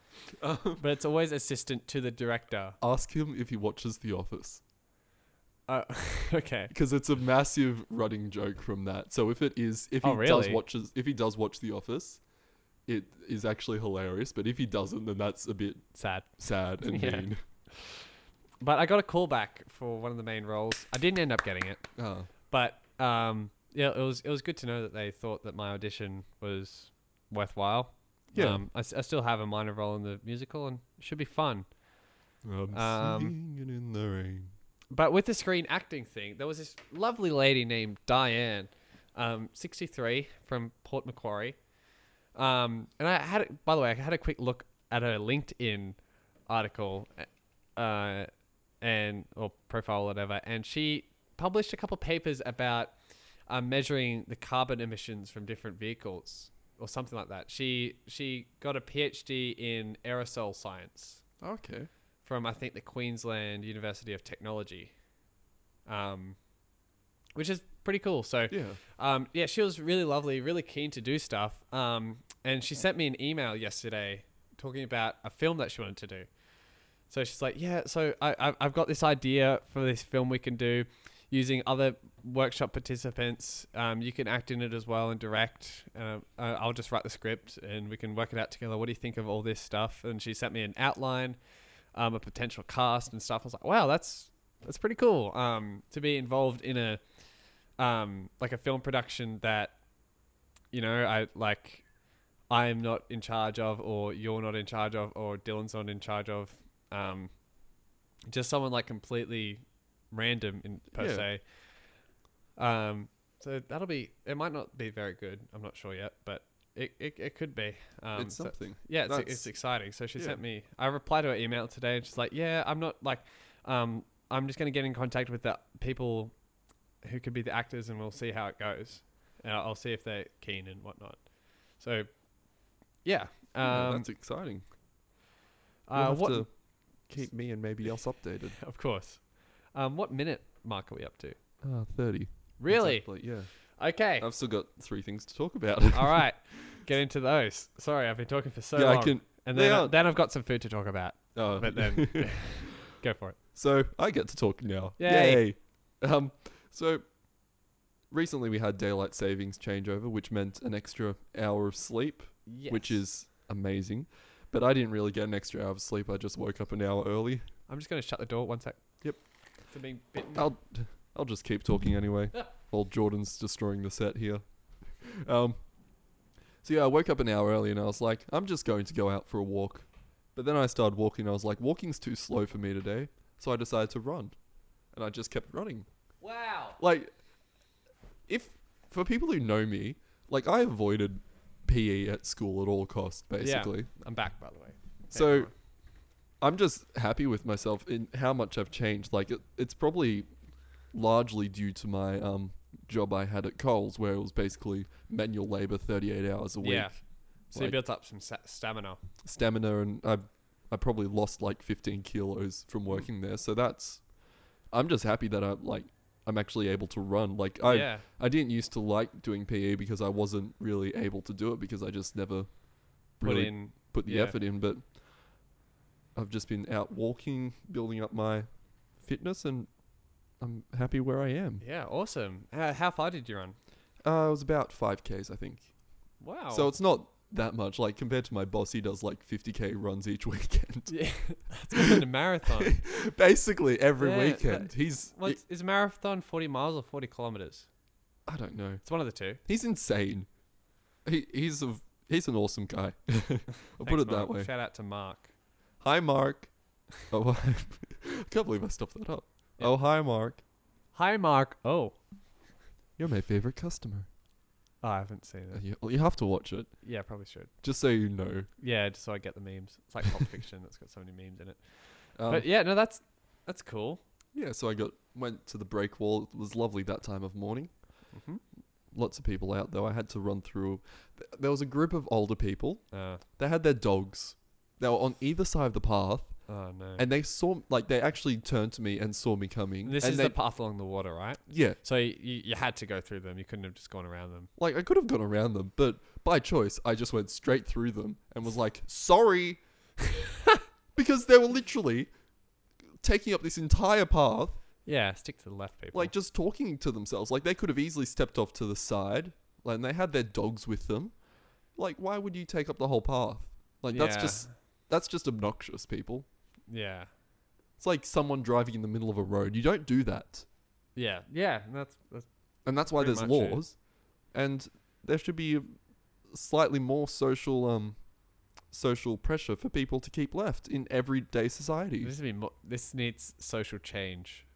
Speaker 1: but it's always assistant to the director.
Speaker 2: ask him if he watches The Office
Speaker 1: Uh, okay.
Speaker 2: because it's a massive running joke from that. So if it is, if he
Speaker 1: Oh,
Speaker 2: does
Speaker 1: really?
Speaker 2: watches, if he does watch The Office, it is actually hilarious. But if he doesn't, then that's a bit
Speaker 1: Sad.
Speaker 2: sad and
Speaker 1: Yeah.
Speaker 2: mean.
Speaker 1: But I got a call back for one of the main roles. I didn't end up getting it.
Speaker 2: Oh.
Speaker 1: But um, yeah, it was it was good to know that they thought that my audition was worthwhile.
Speaker 2: Yeah.
Speaker 1: um, I, s- I still have a minor role in the musical and it should be fun.
Speaker 2: I'm
Speaker 1: Um,
Speaker 2: singing in the rain.
Speaker 1: But with the screen acting thing, there was this lovely lady named Diane, um, 63 from Port Macquarie. Um, and I had, a- by the way, I had a quick look at her LinkedIn article, uh, and or profile, or whatever, and she published a couple papers about uh, measuring the carbon emissions from different vehicles or something like that. She she got a PhD in aerosol science
Speaker 2: Okay.
Speaker 1: from I think the Queensland University of Technology, um, which is pretty cool. So
Speaker 2: Yeah.
Speaker 1: um, yeah, she was really lovely, really keen to do stuff, um, and she sent me an email yesterday talking about a film that she wanted to do. So she's like, yeah, so I, I I've got this idea for this film we can do using other workshop participants. Um, you can act in it as well and direct. Uh, I- I'll just write the script and we can work it out together. What do you think of all this stuff? And she sent me an outline, um, a potential cast and stuff. I was like, wow, that's that's pretty cool. Um, to be involved in a um, like a film production that you know I like. I am not in charge of, or you're not in charge of, or Dylan's not in charge of. Um, just someone like completely random in per
Speaker 2: Yeah.
Speaker 1: se. Um, so that'll be. It might not be very good. I'm not sure yet, but it it, it could be. Um,
Speaker 2: it's
Speaker 1: so-
Speaker 2: something.
Speaker 1: yeah, it's,
Speaker 2: That's-
Speaker 1: it's exciting. So she
Speaker 2: yeah.
Speaker 1: sent me. I replied to her email today, and she's like, "Yeah, I'm not like, um, I'm just gonna get in contact with the people who could be the actors, and we'll see how it goes." and I'll I'll see if they're keen and whatnot. So, yeah.
Speaker 2: Yeah,
Speaker 1: Um,
Speaker 2: that's exciting. You'll
Speaker 1: uh,
Speaker 2: have
Speaker 1: what?
Speaker 2: to keep me and maybe else updated.
Speaker 1: Of course. Um, what minute mark are we up to?
Speaker 2: Ah, thirty.
Speaker 1: Really?
Speaker 2: Exactly, yeah.
Speaker 1: Okay.
Speaker 2: I've still got three things to talk about.
Speaker 1: All right. Get into those. Sorry, I've been talking for so
Speaker 2: yeah,
Speaker 1: long.
Speaker 2: I can.
Speaker 1: and
Speaker 2: they
Speaker 1: then, I,
Speaker 2: aren't-
Speaker 1: then I've got some food to talk about.
Speaker 2: Oh.
Speaker 1: But then, go for it.
Speaker 2: so I get to talk now.
Speaker 1: Yay.
Speaker 2: Yay. Um. So recently we had daylight savings changeover, which meant an extra hour of sleep,
Speaker 1: Yes.
Speaker 2: which is amazing. But I didn't really get an extra hour of sleep. I just woke up an hour early.
Speaker 1: I'm just going to shut the door one sec.
Speaker 2: Yep. Oh.
Speaker 1: For being bitten.
Speaker 2: I'll I'll just keep talking anyway. while Jordan's destroying the set here. Um so yeah, I woke up an hour early and I was like, I'm just going to go out for a walk. But then I started walking, I was like, walking's too slow for me today. So I decided to run. And I just kept running.
Speaker 1: Wow.
Speaker 2: Like if for people who know me, like I avoided PE at school at all costs, basically.
Speaker 1: I'm back, by the way.
Speaker 2: So-
Speaker 1: everyone.
Speaker 2: I'm just happy with myself in how much I've changed. Like it, it's probably largely due to my um, job I had at Coles, where it was basically manual labor, 38 hours a week,
Speaker 1: Yeah. So you
Speaker 2: like-
Speaker 1: built up some sa- stamina.
Speaker 2: stamina, and I I probably lost like 15 kilos from working there. So that's I'm just happy that I'm like I'm actually able to run. Like I
Speaker 1: yeah.
Speaker 2: I didn't used to like doing PE because I wasn't really able to do it because I just never
Speaker 1: Put
Speaker 2: really
Speaker 1: in.
Speaker 2: put the
Speaker 1: Yeah.
Speaker 2: effort in, but I've just been out walking, building up my fitness, and I'm happy where I am.
Speaker 1: Yeah. Awesome. How, how far did you run?
Speaker 2: Uh, it was about 5Ks, I think.
Speaker 1: Wow.
Speaker 2: So it's not that much. Like, compared to my boss, he does like 50K runs each weekend.
Speaker 1: yeah, that's more than a marathon.
Speaker 2: Basically, every
Speaker 1: Yeah, that-
Speaker 2: weekend. He's,
Speaker 1: Well, it's- is a marathon 40 miles or 40 kilometers?
Speaker 2: I don't know.
Speaker 1: It's one of the two.
Speaker 2: He's insane. He, he's a, he's an awesome guy. I'll put
Speaker 1: Thanks,
Speaker 2: it that
Speaker 1: Mark.
Speaker 2: way.
Speaker 1: Shout out to Mark.
Speaker 2: Hi, Mark. Oh, I can't believe I stuffed that up.
Speaker 1: Yeah.
Speaker 2: Oh, hi, Mark.
Speaker 1: Hi, Mark. Oh,
Speaker 2: You're my favorite customer.
Speaker 1: I haven't seen
Speaker 2: Uh,
Speaker 1: it.
Speaker 2: You, well, you have to watch it
Speaker 1: Yeah, probably should.
Speaker 2: just so you know.
Speaker 1: Yeah, just so I get the memes. It's like Pulp Fiction that's got so many memes in it.
Speaker 2: Um,
Speaker 1: but yeah, no, that's that's cool.
Speaker 2: yeah, so I got went to the break wall. It was lovely that time of morning.
Speaker 1: hmm
Speaker 2: Lots of people out though. I had to run through. th- There was a group of older people.
Speaker 1: Uh,
Speaker 2: They had their dogs. They were on either side of the path,
Speaker 1: oh no.
Speaker 2: and they saw like they actually turned to me and saw me coming.
Speaker 1: this
Speaker 2: and
Speaker 1: is
Speaker 2: they,
Speaker 1: the path along the water, right?
Speaker 2: yeah.
Speaker 1: So you, you had to go through them. You couldn't have just gone around them.
Speaker 2: Like I could have gone around them, but by choice, I just went straight through them and was like, "Sorry," because they were literally taking up this entire path
Speaker 1: Yeah, stick to the left, people.
Speaker 2: like just talking to themselves. Like they could have easily stepped off to the side, like, and they had their dogs with them. Like, why would you take up the whole path? Like that's
Speaker 1: Yeah.
Speaker 2: just that's just obnoxious, people.
Speaker 1: yeah,
Speaker 2: It's like someone driving in the middle of a road. You don't do that,
Speaker 1: yeah, yeah. and That's, that's
Speaker 2: and that's why
Speaker 1: Pretty
Speaker 2: there's
Speaker 1: much it.
Speaker 2: laws. And there should be slightly more social um social pressure for people to keep left in everyday society.
Speaker 1: this would be mo- this needs social change.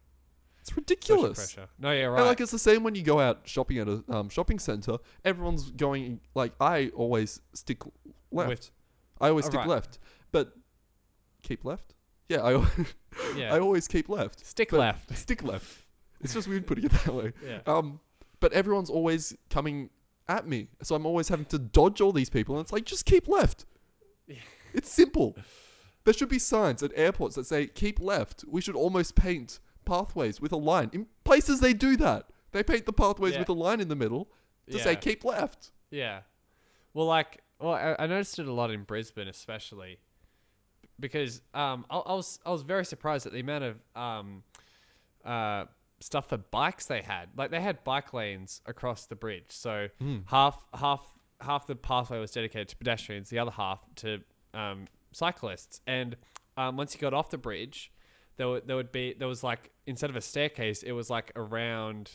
Speaker 2: It's
Speaker 1: Social
Speaker 2: ridiculous.
Speaker 1: pressure. No, yeah, right.
Speaker 2: And like it's the same when you go out shopping at a um, shopping center. Everyone's going like I always stick left.
Speaker 1: With-
Speaker 2: I always
Speaker 1: Oh,
Speaker 2: stick
Speaker 1: right.
Speaker 2: left, but keep left. Yeah, I al-
Speaker 1: yeah.
Speaker 2: I always keep left.
Speaker 1: stick
Speaker 2: but-
Speaker 1: left.
Speaker 2: Stick left. It's just weird putting it that way.
Speaker 1: Yeah.
Speaker 2: Um, but everyone's always coming at me, so I'm always having to dodge all these people, and it's like just keep left.
Speaker 1: Yeah.
Speaker 2: It's simple. There should be signs at airports that say keep left. We should almost paint pathways with a line. In places they do that. They paint the pathways
Speaker 1: Yeah.
Speaker 2: with a line in the middle to say
Speaker 1: Yeah.
Speaker 2: keep left.
Speaker 1: Yeah. Well, like, well, I, I noticed it a lot in Brisbane, especially because um, I, I was I was very surprised at the amount of um, uh, stuff for bikes they had. Like, they had bike lanes across the bridge, so half half half the pathway was dedicated to pedestrians, the other half to um, cyclists. And um, once you got off the bridge, there would, there would be there was like instead of a staircase, it was like around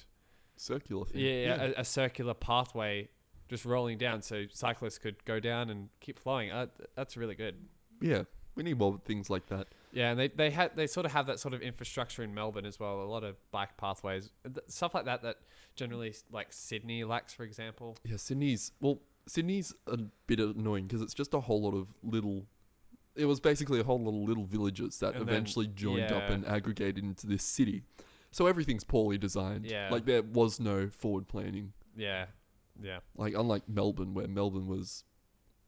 Speaker 2: Circular thing.
Speaker 1: yeah, yeah, A, a circular pathway just rolling down so cyclists could go down and keep flowing uh, th- that's really good
Speaker 2: Yeah. We need more things like that.
Speaker 1: yeah and they, they had they sort of have that sort of infrastructure in melbourne as well a lot of bike pathways th- stuff like that that generally s- like sydney lacks for example
Speaker 2: Yeah, Sydney's well, Sydney's a bit annoying because it's just a whole lot of little. It was basically a whole lot of little villages that
Speaker 1: And then-
Speaker 2: eventually joined up
Speaker 1: yeah.
Speaker 2: and aggregated into this city. So everything's poorly designed.
Speaker 1: Yeah.
Speaker 2: Like there was no forward planning.
Speaker 1: yeah Yeah.
Speaker 2: Like unlike Melbourne, where Melbourne was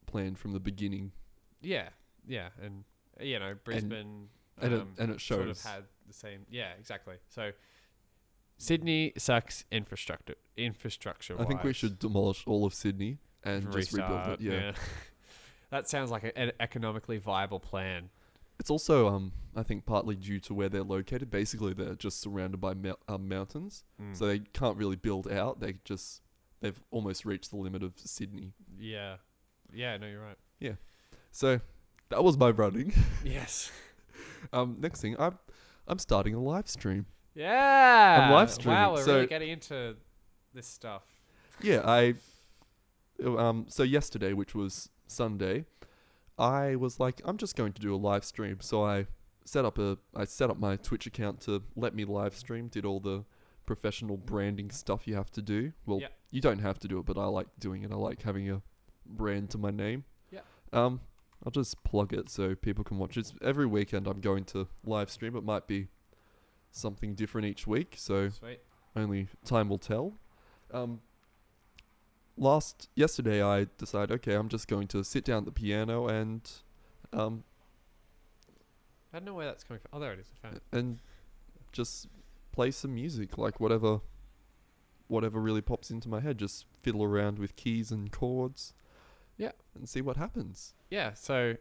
Speaker 2: planned from the beginning,
Speaker 1: Yeah. Yeah. And uh, you know, Brisbane
Speaker 2: and
Speaker 1: um,
Speaker 2: it and it shows.
Speaker 1: sort of had the same yeah, exactly. So Sydney sucks infrastructure infrastructure.
Speaker 2: I think we should demolish all of Sydney and just rebuild
Speaker 1: Restart,
Speaker 2: it. Yeah.
Speaker 1: that sounds like a- an economically viable plan.
Speaker 2: it's also um I think partly due to where they're located. Basically, they're just surrounded by mou- um, mountains,
Speaker 1: Mm.
Speaker 2: so they can't really build out. They just they've almost reached the limit of Sydney.
Speaker 1: yeah. Yeah, no, you're right.
Speaker 2: So that was my running.
Speaker 1: Yes.
Speaker 2: Um, next thing, I'm I'm starting a live stream.
Speaker 1: Yeah.
Speaker 2: live streaming,
Speaker 1: Wow, we're really
Speaker 2: so-
Speaker 1: getting into this stuff.
Speaker 2: Yeah, I um so yesterday, which was Sunday, I was like, I'm just going to do a live stream. So I set up a I set up my Twitch account to let me live stream. Did all the professional branding stuff you have to do. Well,
Speaker 1: Yeah.
Speaker 2: you don't have to do it, but I like doing it. I like having a brand to my name.
Speaker 1: Yeah.
Speaker 2: Um, I'll just plug it so people can watch it. Every weekend I'm going to live stream. It might be something different each week. So
Speaker 1: Sweet.
Speaker 2: only time will tell. Um, last yesterday, I decided, okay, I'm just going to sit down at the piano and um,
Speaker 1: I don't know where that's coming from. Oh, there it is. I found it.
Speaker 2: and just play some music, like whatever, whatever really pops into my head. Just fiddle around with keys and chords,
Speaker 1: Yeah.
Speaker 2: and see what happens.
Speaker 1: Yeah. So,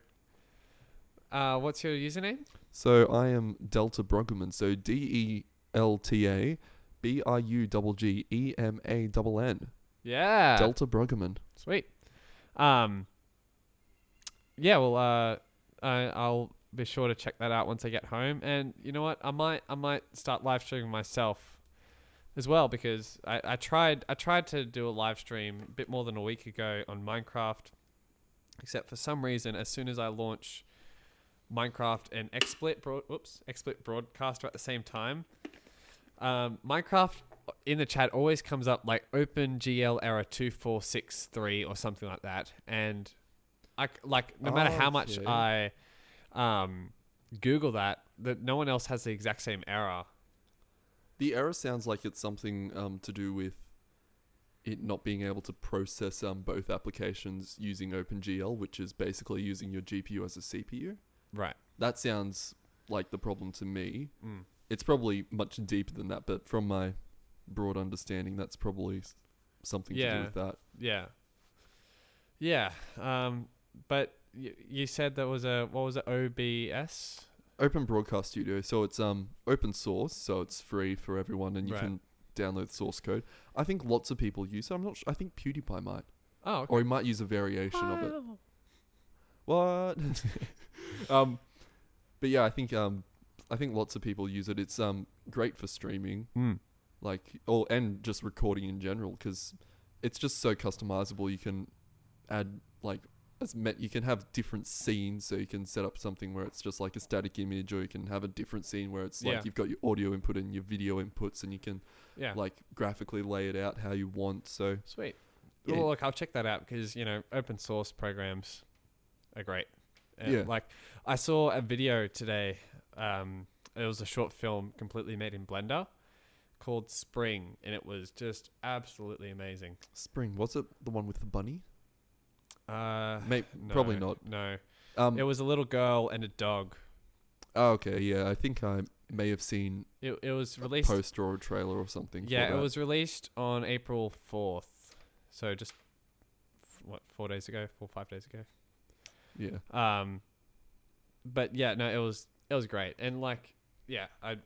Speaker 1: uh, what's your username?
Speaker 2: So I am Delta Bruggeman. So D E L T A B R U double G E M A double N.
Speaker 1: Yeah.
Speaker 2: Delta Bruggeman.
Speaker 1: Sweet. Um. Yeah. Well. Uh. I, I'll be sure to check that out once I get home. And you know what? I might. I might start live streaming myself, as well because I, I tried. I tried to do a live stream a bit more than a week ago on Minecraft. Except for some reason, as soon as I launch Minecraft and XSplit, broad, whoops, XSplit broadcaster at the same time, um, Minecraft in the chat always comes up like open GL error 2463 or something like that. And I c- like, no matter how much
Speaker 2: Okay.
Speaker 1: I um, Google that, that no one else has the exact same error.
Speaker 2: The error sounds like it's something um, to do with it not being able to process um, both applications using OpenGL, which is basically using your GPU as a CPU.
Speaker 1: Right.
Speaker 2: That sounds like the problem to me.
Speaker 1: Mm.
Speaker 2: It's probably much deeper than that, but from my broad understanding, that's probably s- something to
Speaker 1: Yeah.
Speaker 2: do with that.
Speaker 1: Yeah. Yeah. Um, but y- you said there was a, what was it, OBS?
Speaker 2: Open Broadcast Studio, so it's um open source, so it's free for everyone, and you
Speaker 1: Right.
Speaker 2: can download source code. I think lots of people use. it. I'm not. Sh- I think PewDiePie might,
Speaker 1: Oh, okay.
Speaker 2: or he might use a variation of it. what? um, but yeah, I think um, I think lots of people use it. It's um great for streaming,
Speaker 1: Mm.
Speaker 2: like oh, and just recording in general because it's just so customizable. You can add like as met you can have different scenes, so you can set up something where it's just like a static image, or you can have a different scene where it's like
Speaker 1: Yeah.
Speaker 2: you've got your audio input and your video inputs, and you can
Speaker 1: Yeah.
Speaker 2: like graphically lay it out how you want. So
Speaker 1: Sweet.
Speaker 2: Yeah.
Speaker 1: Well, look, I'll check that out because you know open source programs are great. And,
Speaker 2: Yeah.
Speaker 1: Like I saw a video today. Um, it was a short film completely made in Blender called Spring, and it was just absolutely amazing.
Speaker 2: spring was it the one with the bunny?
Speaker 1: Uh,
Speaker 2: May- probably
Speaker 1: no,
Speaker 2: not.
Speaker 1: No,
Speaker 2: Um,
Speaker 1: it was a little girl and a dog.
Speaker 2: Oh, okay, yeah. I think I may have seen
Speaker 1: It it was
Speaker 2: a
Speaker 1: released.
Speaker 2: poster or a trailer or something. for
Speaker 1: Yeah, it
Speaker 2: that.
Speaker 1: was released on April fourth. So just f- what four days ago, four five days ago.
Speaker 2: Yeah,
Speaker 1: Um, but yeah, no, it was it was great, and like, yeah, I,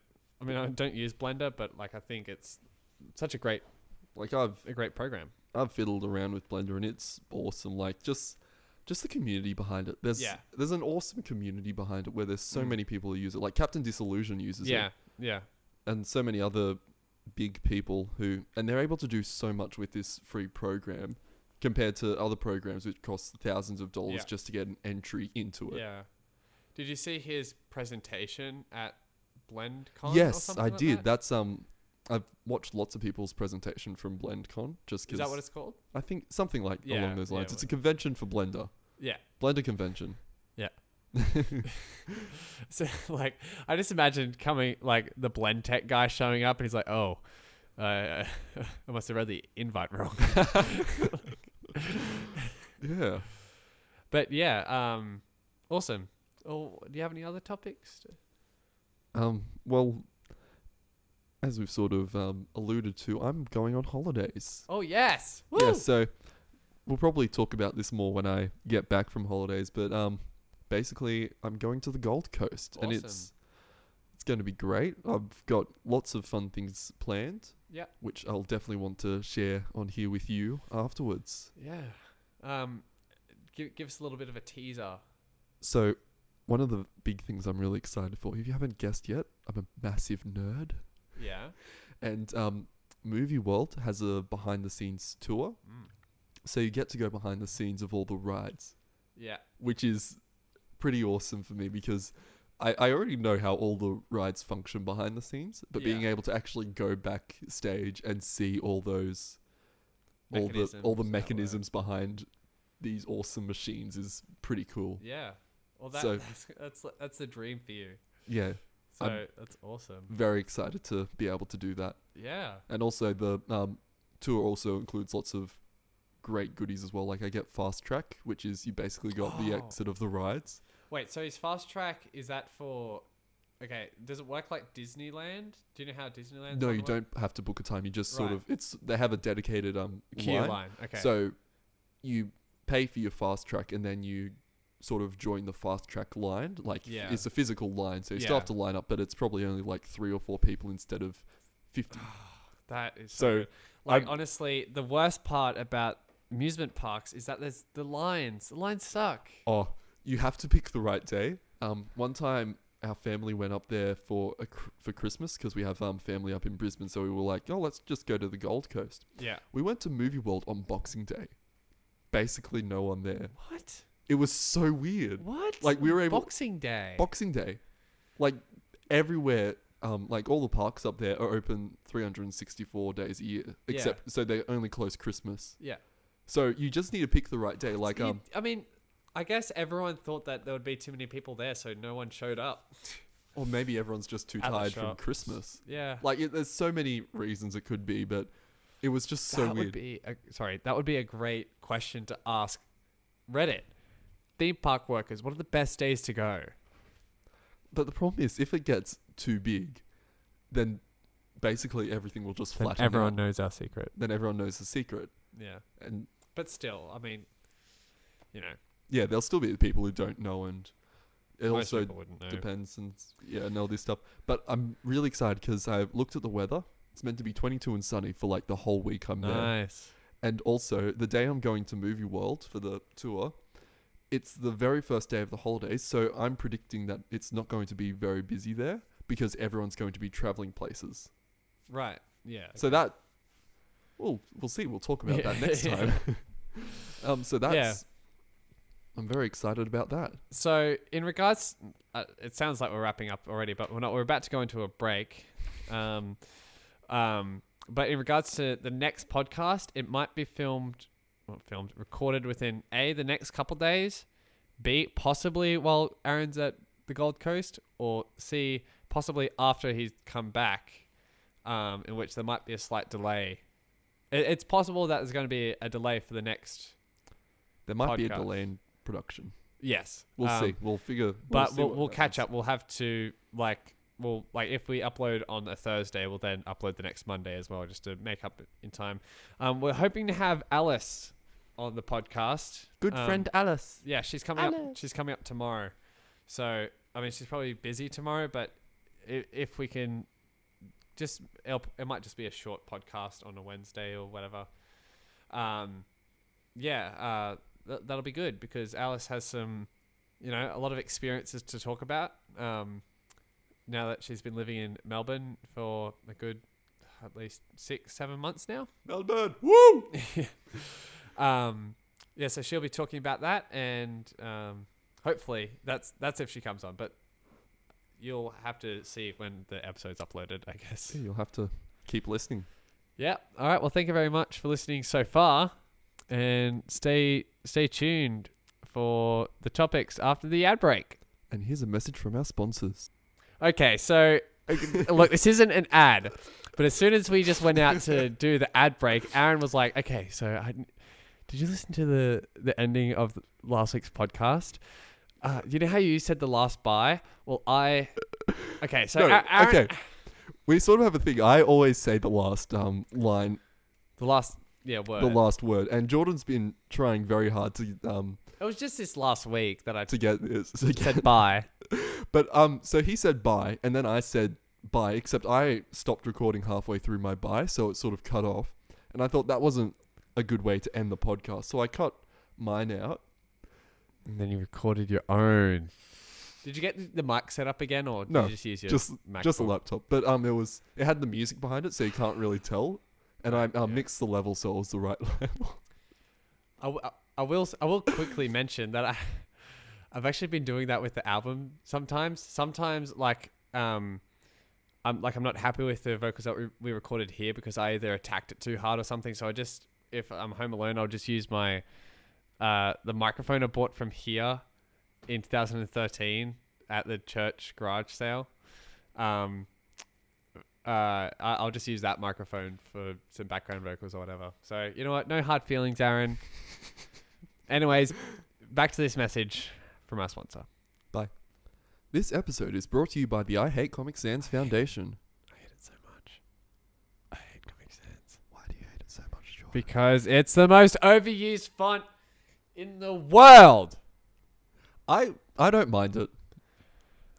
Speaker 1: I mean, I don't use Blender, but like, I think it's such a great
Speaker 2: like I've
Speaker 1: a great program.
Speaker 2: I've fiddled around with Blender and it's awesome. Like just just the community behind it. There's
Speaker 1: Yeah.
Speaker 2: there's an awesome community behind it where there's so
Speaker 1: Mm.
Speaker 2: many people who use it. Like Captain Disillusion uses
Speaker 1: yeah,
Speaker 2: it,
Speaker 1: yeah,
Speaker 2: and so many other big people who and they're able to do so much with this free program compared to other programs which cost thousands of dollars
Speaker 1: Yeah.
Speaker 2: just to get an entry into it.
Speaker 1: yeah. Did you see his presentation at BlendCon? or
Speaker 2: yes,
Speaker 1: something
Speaker 2: I
Speaker 1: like
Speaker 2: did.
Speaker 1: That?
Speaker 2: That's um, I've watched lots of people's presentation from BlendCon just
Speaker 1: Is
Speaker 2: because
Speaker 1: that what it's called?
Speaker 2: I think something like
Speaker 1: Yeah,
Speaker 2: along those
Speaker 1: yeah,
Speaker 2: lines. it's a convention for Blender,
Speaker 1: Yeah.
Speaker 2: Blender convention.
Speaker 1: So like, I just imagined coming like the Blend Tech guy showing up, and he's like, "Oh, I I I must have read the invite wrong.
Speaker 2: Yeah.
Speaker 1: but yeah, um, awesome. Oh, do you have any other topics?
Speaker 2: Um, well, as we've sort of um, alluded to, I'm going on holidays.
Speaker 1: Oh yes, Woo!
Speaker 2: Yeah, so we'll probably talk about this more when I get back from holidays, but um basically I'm going to the Gold Coast and it's
Speaker 1: Awesome.
Speaker 2: it's going to be great. I've got lots of fun things planned.
Speaker 1: Yeah.
Speaker 2: Which I'll definitely want to share on here with you afterwards.
Speaker 1: yeah. Um, give give us a little bit of a teaser.
Speaker 2: So, one of the big things I'm really excited for, if you haven't guessed yet, I'm a massive nerd.
Speaker 1: Yeah.
Speaker 2: And um, Movie World has a behind the scenes tour.
Speaker 1: Mm.
Speaker 2: So, you get to go behind the scenes of all the rides.
Speaker 1: Yeah.
Speaker 2: which is pretty awesome for me because I, I already know how all the rides function behind the scenes, but being
Speaker 1: Yeah.
Speaker 2: able to actually go backstage and see all those all the
Speaker 1: Mechanisms that
Speaker 2: all the
Speaker 1: work.
Speaker 2: mechanisms behind these awesome machines is pretty cool.
Speaker 1: Yeah. Well, that,
Speaker 2: So-
Speaker 1: that's that's that's the dream for you.
Speaker 2: Yeah,
Speaker 1: So
Speaker 2: I'm-
Speaker 1: that's awesome.
Speaker 2: very excited to be able to do that.
Speaker 1: Yeah.
Speaker 2: And also the um, tour also includes lots of great goodies as well. Like I get fast track, which is you basically got the
Speaker 1: Oh.
Speaker 2: exit of the rides.
Speaker 1: Wait. So is fast track? Is that for? Okay. Does it work like Disneyland? Do you know how Disneyland?
Speaker 2: No, you don't have to book a time. You just sort
Speaker 1: Right.
Speaker 2: of it's they have a dedicated um
Speaker 1: Queue
Speaker 2: line.
Speaker 1: line. Okay.
Speaker 2: So you pay for your fast track and then you sort of join the fast track line. Like f-
Speaker 1: Yeah.
Speaker 2: it's a physical line, so you still
Speaker 1: Yeah.
Speaker 2: have to line up, but it's probably only like three or four people instead of fifty.
Speaker 1: That is
Speaker 2: So,
Speaker 1: so. good. Like
Speaker 2: I'm-
Speaker 1: honestly, the worst part about amusement parks is that there's the lines. The lines suck.
Speaker 2: Oh, you have to pick the right day. Um, one time our family went up there for a, cr- for Christmas because we have um family up in Brisbane, so we were like, oh, let's just go to the Gold Coast.
Speaker 1: Yeah.
Speaker 2: We went to Movie World on Boxing Day. Basically, no one there.
Speaker 1: What?
Speaker 2: It was so weird.
Speaker 1: What?
Speaker 2: Like, we were able-
Speaker 1: Boxing Day.
Speaker 2: Boxing Day, like everywhere, um, like all the parks up there are open 364 days a year, except so they only close Christmas.
Speaker 1: yeah.
Speaker 2: So you just need to pick the right day. Like,
Speaker 1: You-
Speaker 2: um,
Speaker 1: I mean, I guess everyone thought that there would be too many people there, so no one showed up.
Speaker 2: or maybe everyone's just too
Speaker 1: At the
Speaker 2: tired from
Speaker 1: shops.
Speaker 2: Christmas.
Speaker 1: Yeah.
Speaker 2: Like, it, there's so many reasons it could be, but it was just so
Speaker 1: that
Speaker 2: weird.
Speaker 1: would be a, sorry. That would be a great question to ask Reddit theme park workers. What are the best days to go?
Speaker 2: But the problem is, if it gets too big, then basically everything will just flatten. out.
Speaker 1: knows our secret.
Speaker 2: Then everyone knows the secret,
Speaker 1: Yeah,
Speaker 2: and
Speaker 1: but still, I mean, you know,
Speaker 2: yeah, there'll still be the people who don't know, and it
Speaker 1: most
Speaker 2: also
Speaker 1: people wouldn't know.
Speaker 2: depends and s- yeah and all this stuff but i'm really excited because i looked at the weather it's meant to be 22 and sunny for like the whole week i'm there
Speaker 1: Nice.
Speaker 2: and also the day i'm going to movie world for the tour it's the very first day of the holidays so i'm predicting that it's not going to be very busy there because everyone's going to be traveling places
Speaker 1: Right. Yeah.
Speaker 2: so that well we'll see we'll talk about
Speaker 1: Yeah.
Speaker 2: that next time um so that's i'm very excited about that
Speaker 1: So, in regards, uh, it sounds like we're wrapping up already, but we're not. We're about to go into a break. Um, um, but in regards to the next podcast, it might be filmed, not filmed, recorded within a the next couple days, b possibly while Aaron's at the Gold Coast, or c possibly after he's come back, um, in which there might be a slight delay. It, it's possible that there's going to be a delay for the next.
Speaker 2: there might be a
Speaker 1: Podcast.
Speaker 2: delay in production
Speaker 1: Yes,
Speaker 2: We'll
Speaker 1: Um,
Speaker 2: see. We'll figure.
Speaker 1: but
Speaker 2: see
Speaker 1: we'll,
Speaker 2: what
Speaker 1: we'll catch
Speaker 2: happens.
Speaker 1: up. We'll have to like we'll like if we upload on a Thursday, we'll then upload the next Monday as well, just to make up in time. Um, we're hoping to have Alice on the podcast.
Speaker 2: Good
Speaker 1: Um,
Speaker 2: friend Alice.
Speaker 1: Yeah, she's coming up. She's coming up tomorrow. So I mean, she's probably busy tomorrow, but if, if we can, just it'll, it might just be a short podcast on a Wednesday or whatever. Um, yeah, uh, th- that'll be good because Alice has some, you know, a lot of experiences to talk about. Um, now that she's been living in Melbourne for a good, at least six, seven months now.
Speaker 2: Melbourne. Woo!
Speaker 1: Um, yeah, so she'll be talking about that, and um, hopefully that's that's if she comes on. But you'll have to see when the episode's uploaded, I guess.
Speaker 2: You'll have to keep listening.
Speaker 1: Yeah. All right. Well, thank you very much for listening so far, and stay stay tuned for the topics after the ad break.
Speaker 2: And here's a message from our sponsors.
Speaker 1: oh, Okay. So look, this isn't an ad, But as soon as we just went out to do the ad break, Aaron was like, "Okay, so I, did you listen to the the ending of last week's podcast? Uh, you know how you said the last bye? Well, I okay, so
Speaker 2: No,
Speaker 1: A- Aaron,
Speaker 2: okay. We sort of have a thing. I always say the last um, line,
Speaker 1: the last yeah word.
Speaker 2: the last word, and Jordan's been trying very hard to um
Speaker 1: it was just this last week that I
Speaker 2: to get this. to get-
Speaker 1: said bye.
Speaker 2: But um, so he said bye, and then I said bye. Except I stopped recording halfway through my bye, so it sort of cut off, and I thought that wasn't a good way to end the podcast. So I cut mine out.
Speaker 1: And then you recorded your own. Did you get the mic set up again, or did
Speaker 2: No,
Speaker 1: you just use your
Speaker 2: just
Speaker 1: MacBook?
Speaker 2: just a laptop. But um, it was it had the music behind it, so you can't really tell. And I um,
Speaker 1: Yeah.
Speaker 2: mixed the level so it was the right level.
Speaker 1: I, w- I will s- I will quickly mention that I I've actually been doing that with the album sometimes sometimes like um I'm like I'm not happy with the vocals that we, we recorded here because I either attacked it too hard or something so I just if I'm home alone I'll just use my uh the microphone I bought from here in 2013 at the church garage sale um uh, I- I'll just use that microphone for some background vocals or whatever. So you know what? No hard feelings, Aaron. Anyways, back to this message from our sponsor.
Speaker 2: This episode is brought to you by the I Hate Comic Sans Foundation.
Speaker 1: I hate it so much. I hate Comic Sans
Speaker 2: Why do you hate it so much, Jordan?
Speaker 1: because it's the most overused font in the world.
Speaker 2: I I don't mind it.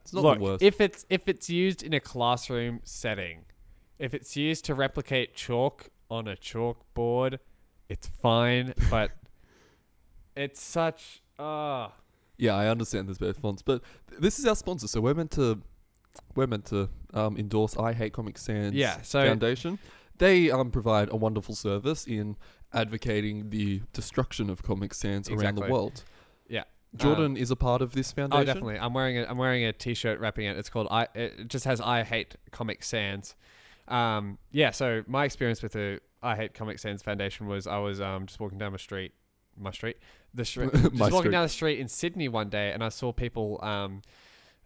Speaker 2: It's not
Speaker 1: Look,
Speaker 2: the worst.
Speaker 1: if it's if it's used in a classroom setting, if it's used to replicate chalk on a chalkboard, it's fine. But it's such ah.
Speaker 2: Yeah, I understand there's better fonts, but th- this is our sponsor, so we're meant to we're meant to um, endorse I Hate Comic Sans
Speaker 1: Yeah, so-
Speaker 2: Foundation. They um, provide a wonderful service in advocating the destruction of Comic Sans around the
Speaker 1: Exactly.
Speaker 2: world.
Speaker 1: Yeah. um,
Speaker 2: Jordan is a part of this foundation.
Speaker 1: Oh, definitely. I'm wearing a I'm wearing a t-shirt wrapping it. It's called I. It just has I hate Comic Sans. Um, yeah. So my experience with the I hate Comic Sans Foundation was I was um just walking down my street, my street, the street, just
Speaker 2: My
Speaker 1: walking
Speaker 2: street.
Speaker 1: down the street in Sydney one day, and I saw people um,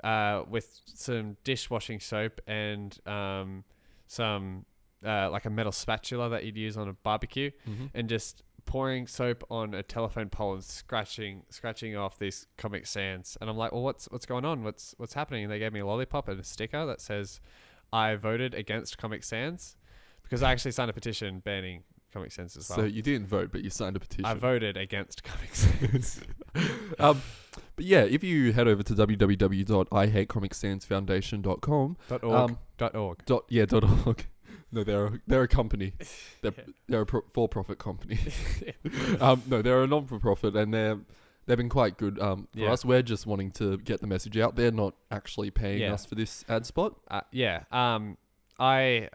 Speaker 1: uh, with some dishwashing soap and um, some uh, like a metal spatula that you'd use on a barbecue
Speaker 2: Mhm.
Speaker 1: and just pouring soap on a telephone pole and scratching scratching off these comic sans and i'm like well what's what's going on what's what's happening and they gave me a lollipop and a sticker that says i voted against comic sans because i actually signed a petition banning comic sans as well
Speaker 2: So you didn't vote, but you signed a petition.
Speaker 1: i voted against comic sans
Speaker 2: um, but yeah, if you head over to www.ihatecomic.sansfoundation.com
Speaker 1: dot org
Speaker 2: Um,
Speaker 1: dot org
Speaker 2: dot yeah dot org. No, they're a, they're a company. They're
Speaker 1: Yeah.
Speaker 2: they're a pro- for profit company. um, no, they're a non for profit, and they're they've been quite good um, for
Speaker 1: Yeah.
Speaker 2: us. We're just wanting to get the message out. They're not actually paying
Speaker 1: Yeah.
Speaker 2: us for this ad spot.
Speaker 1: uh, yeah. Um, I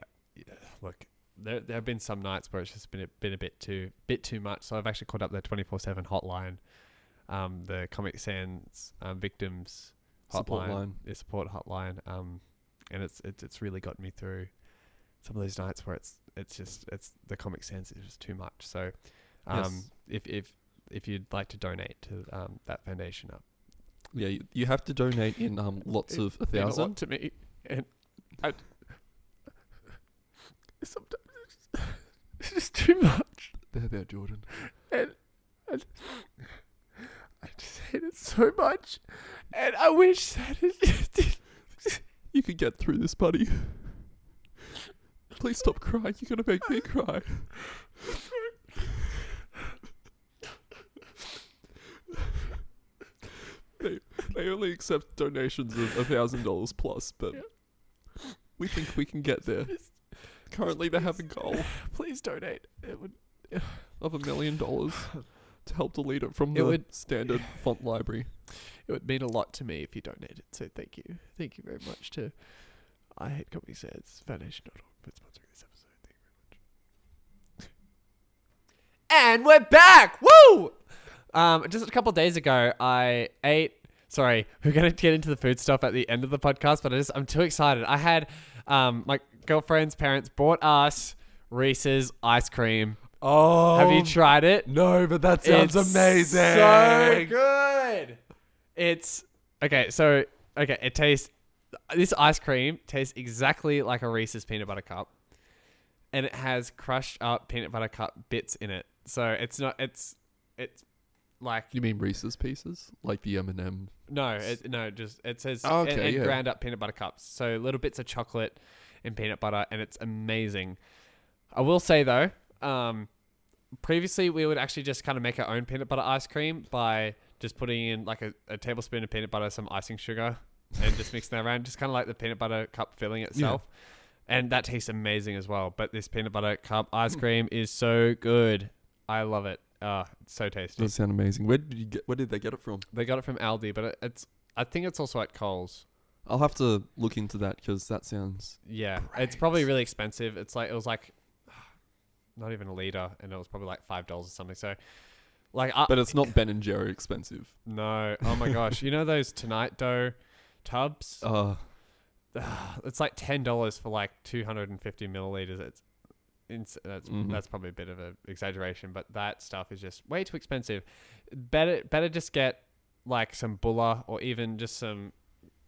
Speaker 1: look. There, there have been some nights where it's just been a, been a bit too bit too much. So I've actually called up the twenty four seven hotline, um, the Comic Sans um, victims
Speaker 2: Support
Speaker 1: hotline,
Speaker 2: line.
Speaker 1: the support hotline. Um, and it's it's it's really got me through some of those nights where it's it's just it's the Comic Sans is just too much. So, um,
Speaker 2: Yes.
Speaker 1: if if if you'd like to donate to um, that foundation up,
Speaker 2: Yeah, you, you have to donate in um, lots
Speaker 1: It-
Speaker 2: of a
Speaker 1: mean a lot
Speaker 2: thousand.
Speaker 1: to me, and I sometimes it's just, it's just too much,
Speaker 2: There, there, Jordan.
Speaker 1: and I just, I just hate it so much, and I wish that it.
Speaker 2: You can get through this, buddy. Please stop crying. You're gonna make me cry. they, they only accept donations of a thousand dollars plus, but we think we can get there. Currently, they have a goal
Speaker 1: Please donate. It would.
Speaker 2: of a million dollars to help delete it from
Speaker 1: It
Speaker 2: the
Speaker 1: would-
Speaker 2: standard font library.
Speaker 1: It would mean a lot to me if you donated. So thank you, thank you very much to I Hate Comedy Sans Foundation.org for sponsoring this episode. Thank you very much. And we're back. Woo! Um, just a couple of days ago, I ate. Sorry, we're gonna get into the food stuff at the end of the podcast, but I just I'm too excited. I had um, my girlfriend's parents bought us Reese's ice cream.
Speaker 2: Oh,
Speaker 1: Have you tried it?
Speaker 2: no, but that
Speaker 1: It's So good. It's okay. So okay, it tastes. This ice cream tastes exactly like a Reese's peanut butter cup. and it has crushed up peanut butter cup bits in it. So it's not. It's it's like
Speaker 2: You mean Reese's Pieces, like the M and M?
Speaker 1: no, it, no. Just it says
Speaker 2: Oh,
Speaker 1: and,
Speaker 2: okay,
Speaker 1: and
Speaker 2: yeah.
Speaker 1: ground up peanut butter cups. So little bits of chocolate and peanut butter, and it's amazing. I will say though, um, previously we would actually just kind of make our own peanut butter ice cream by just putting in like a, a tablespoon of peanut butter, some icing sugar, and just mixing that around, just kind of like the peanut butter cup filling itself. And that tastes amazing as well. But this peanut butter cup ice
Speaker 2: Hmm.
Speaker 1: cream is so good. I love it. Ah, it's so tasty.
Speaker 2: Does sound amazing. Where did you get? Where did they get it from?
Speaker 1: They got it from Aldi, but it, it's I think it's also at Coles.
Speaker 2: I'll have to look into that because that sounds
Speaker 1: Yeah, it's probably really expensive. It's like it was like not even a liter, and it was probably like five dollars or something. So, like, I,
Speaker 2: But it's not Ben and Jerry expensive.
Speaker 1: no. Oh my gosh, you know those tonight dough tubs?
Speaker 2: Uh,
Speaker 1: It's like ten dollars for like two hundred and fifty milliliters. It's ins- that's
Speaker 2: Mhm.
Speaker 1: that's probably a bit of an exaggeration, but that stuff is just way too expensive. Better better just get like some Bulla or even just some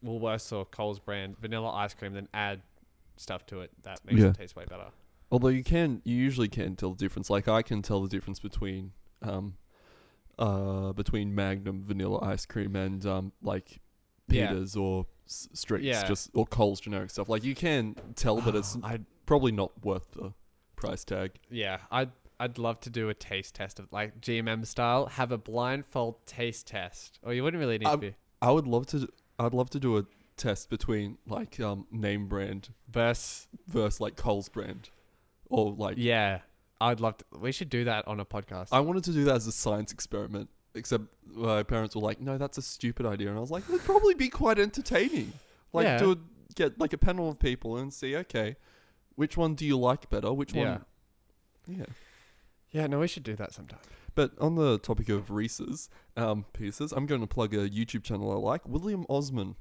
Speaker 1: Woolworths or Coles brand vanilla ice cream, then add stuff to it. That makes
Speaker 2: Yeah.
Speaker 1: it taste way better.
Speaker 2: although you can, you usually can tell the difference. Like I can tell the difference between, um, uh, between Magnum vanilla ice cream and um, like
Speaker 1: Yeah.
Speaker 2: Peters or S- Streets,
Speaker 1: Yeah. Ah,
Speaker 2: just or Coles generic stuff. Like you can tell, but it's
Speaker 1: I
Speaker 2: probably not worth the price tag.
Speaker 1: yeah, I'd I'd love to do a taste test of like GMM style. Have a blindfold taste test. Or you wouldn't really need
Speaker 2: Um,
Speaker 1: to.
Speaker 2: I would love to. I'd love to do a test between like um name brand
Speaker 1: Verse
Speaker 2: versus like Coles brand, or like Um,
Speaker 1: yeah, I'd love to. We should do that on a podcast.
Speaker 2: I wanted to do that as a science experiment, except my parents were like, "No, that's a stupid idea," and I was like, "It'd probably be quite entertaining. Like,
Speaker 1: Yeah.
Speaker 2: do a, get like a panel of people and see, okay, which one do you like better? Which
Speaker 1: Yeah.
Speaker 2: one?" Yeah.
Speaker 1: yeah, no, we should do that sometime.
Speaker 2: But on the topic of Reese's um, pieces, I'm going to plug a YouTube channel I like, William Osman.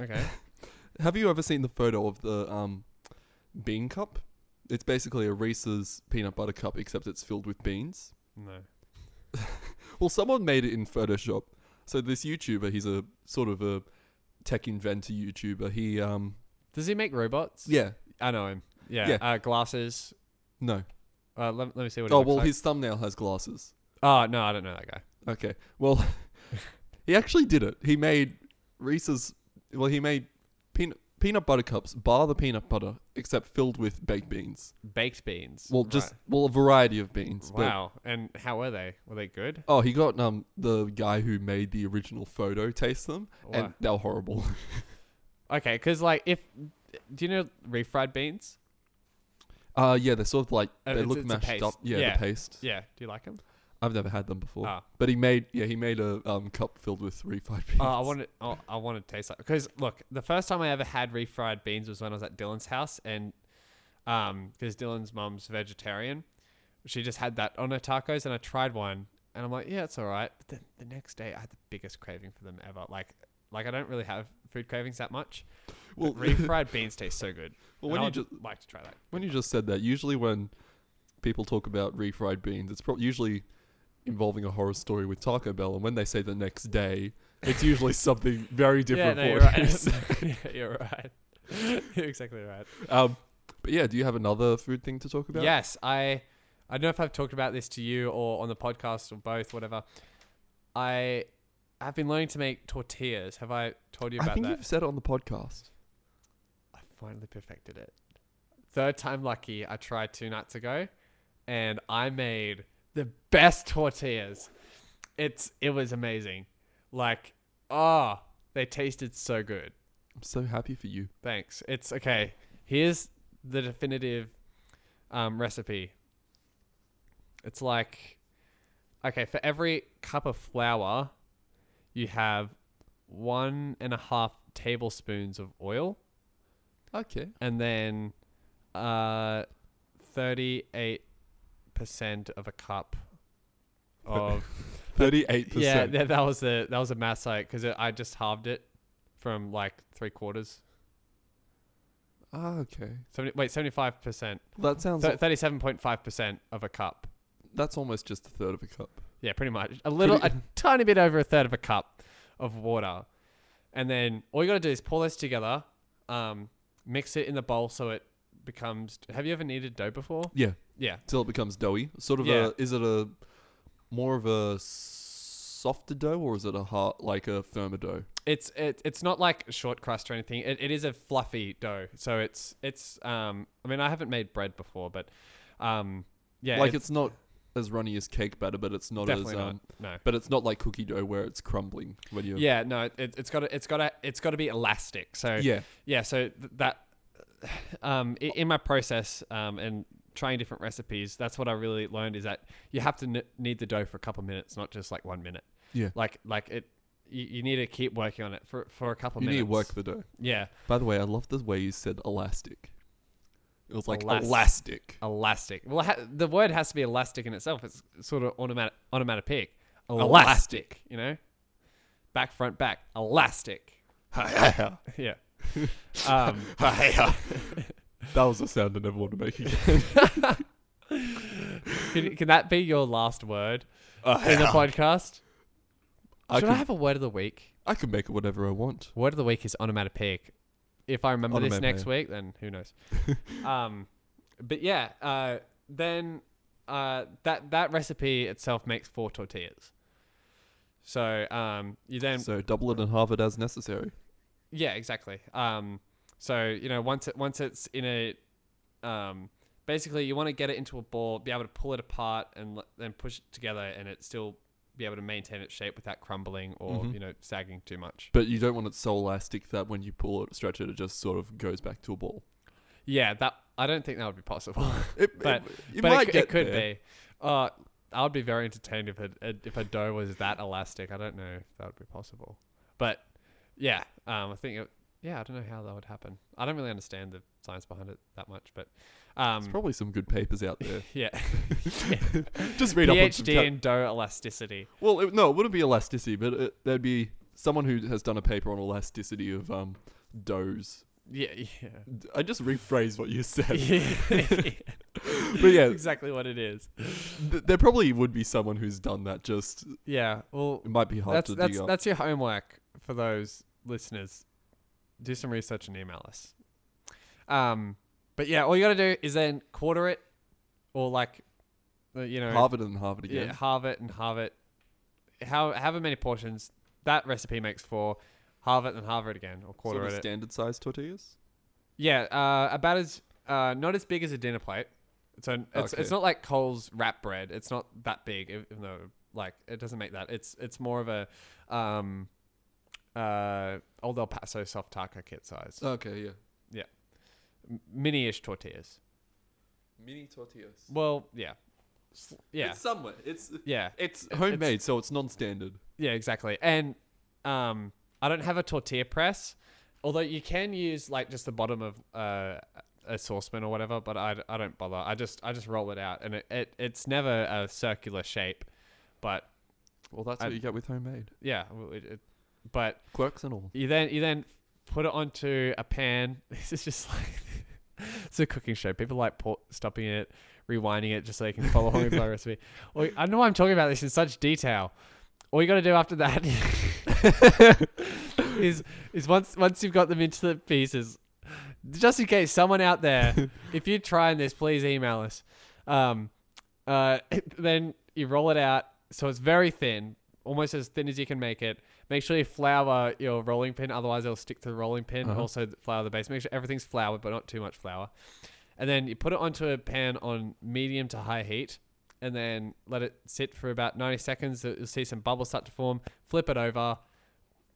Speaker 1: Okay.
Speaker 2: Have you ever seen the photo of the um, bean cup? It's basically a Reese's peanut butter cup, except it's filled with beans.
Speaker 1: no.
Speaker 2: Well, someone made it in Photoshop. So this YouTuber, he's a sort of a tech inventor YouTuber. He um
Speaker 1: Does he make robots?
Speaker 2: yeah
Speaker 1: I know him. Yeah.
Speaker 2: Yeah.
Speaker 1: Uh, glasses.
Speaker 2: no
Speaker 1: Uh, let, let me see what. he
Speaker 2: oh
Speaker 1: looks
Speaker 2: well
Speaker 1: like.
Speaker 2: his thumbnail has glasses.
Speaker 1: Oh no, I don't know that guy.
Speaker 2: Okay, well he actually did it. He made Reese's. Well, he made peanut peanut butter cups, bar the peanut butter, except filled with baked beans.
Speaker 1: Baked beans.
Speaker 2: Well,
Speaker 1: Right.
Speaker 2: just well a variety of beans. but-
Speaker 1: wow. And how were they? Were they good?
Speaker 2: Oh, he got um the guy who made the original photo taste them,
Speaker 1: Wow.
Speaker 2: and they were horrible.
Speaker 1: Okay, because like if do you know refried beans?
Speaker 2: Uh, yeah, they're sort of like
Speaker 1: Uh,
Speaker 2: they
Speaker 1: it's-
Speaker 2: look
Speaker 1: it's a
Speaker 2: mashed
Speaker 1: paste.
Speaker 2: up. Yeah,
Speaker 1: Yeah.
Speaker 2: the paste.
Speaker 1: Yeah. Do you like them?
Speaker 2: I've never had them before.
Speaker 1: Ah.
Speaker 2: But he made yeah he made a um, cup filled with refried beans.
Speaker 1: Oh, I want to. Oh, I want to taste that because look, the first time I ever had refried beans was when I was at Dylan's house, and um, because Dylan's mum's vegetarian, she just had that on her tacos, and I tried one, and I'm like, yeah, it's all right. But then the next day, I had the biggest craving for them ever. Like, like I don't really have food cravings that much.
Speaker 2: well,
Speaker 1: But refried beans taste so good.
Speaker 2: well,
Speaker 1: and
Speaker 2: when
Speaker 1: I
Speaker 2: you
Speaker 1: would
Speaker 2: just
Speaker 1: like to try that.
Speaker 2: when you just said that, usually when people talk about refried beans, it's probably usually involving a horror story with Taco Bell, and when they say the next day, it's usually something very different.
Speaker 1: yeah, no,
Speaker 2: for
Speaker 1: you're
Speaker 2: it is.
Speaker 1: right. Yeah, you're right. you're exactly right.
Speaker 2: um, but yeah, do you have another food thing to talk about?
Speaker 1: Yes, I I don't know if I've talked about this to you or on the podcast or both, whatever. I have been learning to make tortillas. Have I told you
Speaker 2: I
Speaker 1: about
Speaker 2: think
Speaker 1: that?
Speaker 2: you've said it on the podcast.
Speaker 1: I finally perfected it. Third time lucky. I tried two nights ago, and I made the best tortillas. It's it was amazing. Like ah, they tasted so good.
Speaker 2: I'm so happy for you.
Speaker 1: Thanks. It's okay. Here's the definitive um, recipe. It's like, okay, for every cup of flour, you have one and a half tablespoons of oil,
Speaker 2: Okay.
Speaker 1: and then uh, 38% of a cup of
Speaker 2: Thirty-eight
Speaker 1: yeah,
Speaker 2: percent.
Speaker 1: that, that was the that was a math site because I just halved it from like three quarters.
Speaker 2: Ah, okay.
Speaker 1: 70, wait, seventy five percent.
Speaker 2: That sounds.
Speaker 1: So thirty-seven point five percent of a cup.
Speaker 2: that's almost just a third of a cup.
Speaker 1: Yeah, pretty much. A little, a
Speaker 2: Pretty-
Speaker 1: tiny bit over a third of a cup of water, and then all you gotta do is pour those together, um, mix it in the bowl so it becomes. Have you ever needed dough before?
Speaker 2: Yeah,
Speaker 1: Yeah.
Speaker 2: till it becomes doughy. Sort of
Speaker 1: Yeah.
Speaker 2: a is it a more of a softer dough or is it a hard like a firmer dough?
Speaker 1: It's it, it's not like short crust or anything. It, it is a fluffy dough. So it's it's um I mean I haven't made bread before, but um yeah
Speaker 2: like it's, not as runny as cake batter, but it's not as um
Speaker 1: definitely not no.
Speaker 2: but it's not like cookie dough where it's crumbling when you
Speaker 1: Yeah, no, it, it's got to, it's got to, it's got to be elastic. So
Speaker 2: Yeah.
Speaker 1: yeah. So th- that, um, i- in my process, um, and trying different recipes, that's what I really learned is that you have to n- knead the dough for a couple minutes, not just like one minute.
Speaker 2: Yeah.
Speaker 1: Like like it, you, you need to keep working on it for for a couple
Speaker 2: You need
Speaker 1: minutes.
Speaker 2: to work the dough.
Speaker 1: Yeah,
Speaker 2: By the way, I love the way you said elastic. It was like
Speaker 1: Elas-
Speaker 2: elastic.
Speaker 1: elastic. Well, it ha- the word has to be elastic in itself. It's sort of automatic, onomatopoeic. Elastic,
Speaker 2: Elastic.
Speaker 1: you know, back front back, elastic.
Speaker 2: that
Speaker 1: Yeah. Um,
Speaker 2: was a sound I never want to make again.
Speaker 1: Can, can that be your last word in the podcast?
Speaker 2: Uh, I
Speaker 1: Should
Speaker 2: could,
Speaker 1: I have a word of the week?
Speaker 2: I could make it whatever I want.
Speaker 1: Word of the week is onomatopoeic. If I remember this next
Speaker 2: Onomatopoeia.
Speaker 1: week, then who knows? um, but yeah, uh, then uh, that that recipe itself makes four tortillas. So um, you then
Speaker 2: so double it and halve it as necessary.
Speaker 1: Yeah, exactly. Um, so you know, once it once it's in a, um, basically you want to get it into a ball, be able to pull it apart and l- then push it together, and it still be able to maintain its shape without crumbling or
Speaker 2: Mhm.
Speaker 1: you know sagging too much.
Speaker 2: But you don't want it so elastic that when you pull it, stretch it, it just sort of goes back to a ball.
Speaker 1: Yeah, that I don't think that would be possible,
Speaker 2: It,
Speaker 1: But-
Speaker 2: it, you
Speaker 1: but
Speaker 2: might
Speaker 1: it, c-
Speaker 2: get
Speaker 1: it could
Speaker 2: there.
Speaker 1: be. Uh, I would be very entertained if it if a dough was that elastic. I don't know if that would be possible, but yeah, um, I think it, yeah, I don't know how that would happen. I don't really understand the science behind it that much, but um,
Speaker 2: There's probably some good papers out there.
Speaker 1: Yeah.
Speaker 2: just read up on some.
Speaker 1: PhD
Speaker 2: ta-
Speaker 1: in dough elasticity.
Speaker 2: well, it, no, it wouldn't be elasticity, but it, there'd be someone who has done a paper on elasticity of um doughs.
Speaker 1: Yeah, yeah.
Speaker 2: D- I just rephrased what you said.
Speaker 1: yeah.
Speaker 2: but yeah,
Speaker 1: exactly what it is.
Speaker 2: th- there probably would be someone who's done that. Just
Speaker 1: Yeah. Well,
Speaker 2: it might be hard
Speaker 1: that's
Speaker 2: to
Speaker 1: that's
Speaker 2: dig up.
Speaker 1: that's your homework for those listeners. Do some research and email us. Um, but yeah, all you gotta do is then quarter it, or like, uh, you know,
Speaker 2: Harvard and Harvard
Speaker 1: yeah,
Speaker 2: again.
Speaker 1: halve it and halve it. How however many portions that recipe makes four, halve it and halve it again, or quarter
Speaker 2: sort
Speaker 1: it.
Speaker 2: of standard size tortillas.
Speaker 1: Yeah, uh, about as uh, not as big as a dinner plate. So it's,
Speaker 2: Okay.
Speaker 1: it's not like Cole's wrap bread. It's not that big, ev- even though like it doesn't make that. It's it's more of a um, uh, old El Paso soft taco kit size,
Speaker 2: Okay, yeah.
Speaker 1: M- mini-ish tortillas.
Speaker 2: Mini tortillas.
Speaker 1: Well, yeah, S- yeah,
Speaker 2: It's somewhere. It's
Speaker 1: yeah,
Speaker 2: it's
Speaker 1: it's-
Speaker 2: homemade, so it's non-standard.
Speaker 1: yeah, exactly. And um, I don't have a tortilla press, although you can use like just the bottom of uh, a saucepan or whatever. But I, I don't bother. I just I just roll it out, and it, it it's never a circular shape. But
Speaker 2: Well, that's
Speaker 1: I-
Speaker 2: what you get with homemade
Speaker 1: yeah, well, it, it, but
Speaker 2: quirks and all.
Speaker 1: you then you then put it onto a pan. This is just like it's a cooking show. People like pa- stopping it, rewinding it, just so they can follow along with my recipe. Or, I know why I'm talking about this in such detail. All you got to do after that is is once once you've got them into the pieces, just in case someone out there, if you're trying this, please email us. Um, uh, then you roll it out so it's very thin, almost as thin as you can make it. Make sure you flour your rolling pin, otherwise it'll stick to the rolling pin.
Speaker 2: Uh-huh.
Speaker 1: Also flour the base. Make sure everything's floured, but not too much flour. And then you put it onto a pan on medium to high heat, and then let it sit for about 90 seconds. You'll see some bubbles start to form. Flip it over,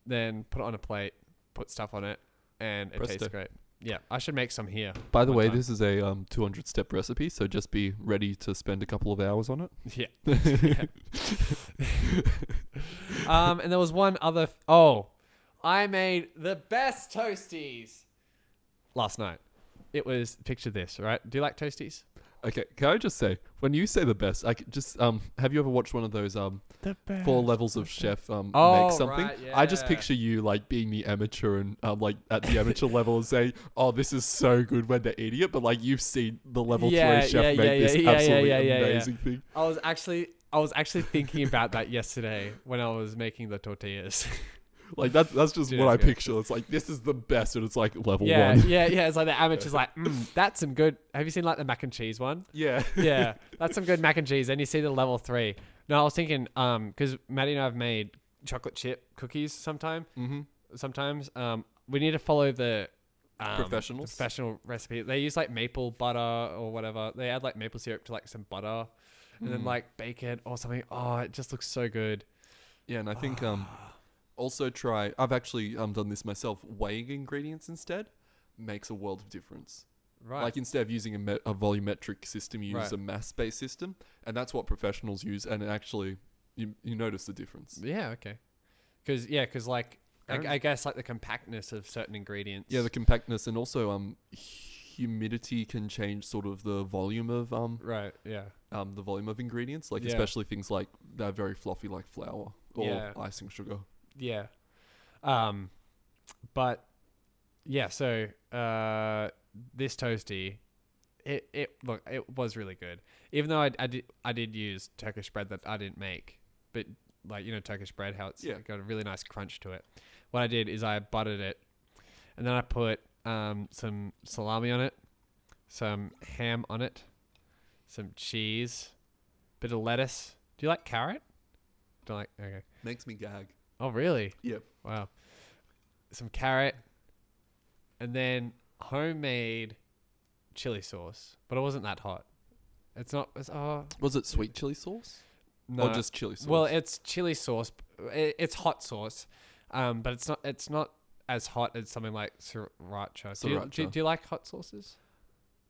Speaker 1: then put it on a plate, put stuff on it, and it tastes
Speaker 2: Presto.
Speaker 1: great. Yeah, I should make some here.
Speaker 2: By the
Speaker 1: One
Speaker 2: way,
Speaker 1: time.
Speaker 2: this is a um, 200 step recipe, so just be ready to spend a couple of hours on it.
Speaker 1: Yeah. Yeah. um, and there was one other. F- oh, I made the best toasties last night. It was picture this, right? Do you like toasties?
Speaker 2: Okay, can I just say when you say the best, I c- just um, have you ever watched one of those um
Speaker 1: The best.
Speaker 2: four levels of chef um
Speaker 1: Oh,
Speaker 2: make something?
Speaker 1: right,
Speaker 2: I just
Speaker 1: yeah.
Speaker 2: picture you like being the amateur and um like at the amateur level and saying, "Oh, this is so good when they're eating it," but like you've seen the level
Speaker 1: Yeah,
Speaker 2: three chef
Speaker 1: yeah,
Speaker 2: make
Speaker 1: yeah,
Speaker 2: this
Speaker 1: yeah, yeah,
Speaker 2: absolutely
Speaker 1: yeah, yeah, yeah.
Speaker 2: amazing thing.
Speaker 1: I was actually I was actually thinking about that yesterday when I was making the tortillas.
Speaker 2: Like that's that's just
Speaker 1: Dude,
Speaker 2: what I
Speaker 1: that's good.
Speaker 2: picture. It's like this is the best, and it's like level
Speaker 1: Yeah,
Speaker 2: one.
Speaker 1: yeah, yeah. It's like the amateur's like, mm, that's some good. Have you seen like the mac and cheese one?
Speaker 2: Yeah.
Speaker 1: Yeah, that's some good mac and cheese. Then you see the level three. No, I was thinking, um, because Maddie and I have made chocolate chip cookies sometime.
Speaker 2: mm-hmm.
Speaker 1: Sometimes, um, we need to follow the um,
Speaker 2: Professionals?
Speaker 1: professional recipe. They use like maple butter or whatever. They add like maple syrup to like some butter, and
Speaker 2: Mm.
Speaker 1: then like bacon or something. Oh, it just looks so good.
Speaker 2: Yeah, and I think um, also try. I've actually um done this myself. Weighing ingredients instead makes a world of difference.
Speaker 1: Right.
Speaker 2: Like instead of using a, me- a volumetric system, you use
Speaker 1: Right.
Speaker 2: a mass-based system, and that's what professionals use. And it actually, you you notice the difference.
Speaker 1: yeah. Okay. Because yeah, because like.
Speaker 2: Aaron?
Speaker 1: I, I guess like the compactness of certain ingredients.
Speaker 2: Yeah, the compactness and also um humidity can change sort of the volume of um
Speaker 1: right. Yeah.
Speaker 2: um the volume of ingredients, like
Speaker 1: Yeah.
Speaker 2: especially things like that are very fluffy, like flour or
Speaker 1: Yeah.
Speaker 2: icing sugar.
Speaker 1: Yeah. Um, but yeah, so uh, this toasty, it, it look it was really good. Even though I, I did I did use Turkish bread that I didn't make, but like you know Turkish bread, how it's
Speaker 2: Yeah.
Speaker 1: got a really nice crunch to it. What I did is I buttered it, and then I put um, some salami on it, some ham on it, some cheese, bit of lettuce. Do you like carrot? Don't like okay.
Speaker 2: Makes me gag.
Speaker 1: Oh really?
Speaker 2: Yep.
Speaker 1: Wow. Some carrot and then homemade chili sauce, but it wasn't that hot. It's not it's oh
Speaker 2: Was it sweet chili sauce
Speaker 1: no.
Speaker 2: or just chili sauce?
Speaker 1: Well, it's chili sauce. It, it's hot sauce. Um but it's not it's not as hot as something like sriracha. Do you, do,
Speaker 2: Sriracha.
Speaker 1: do you like hot sauces?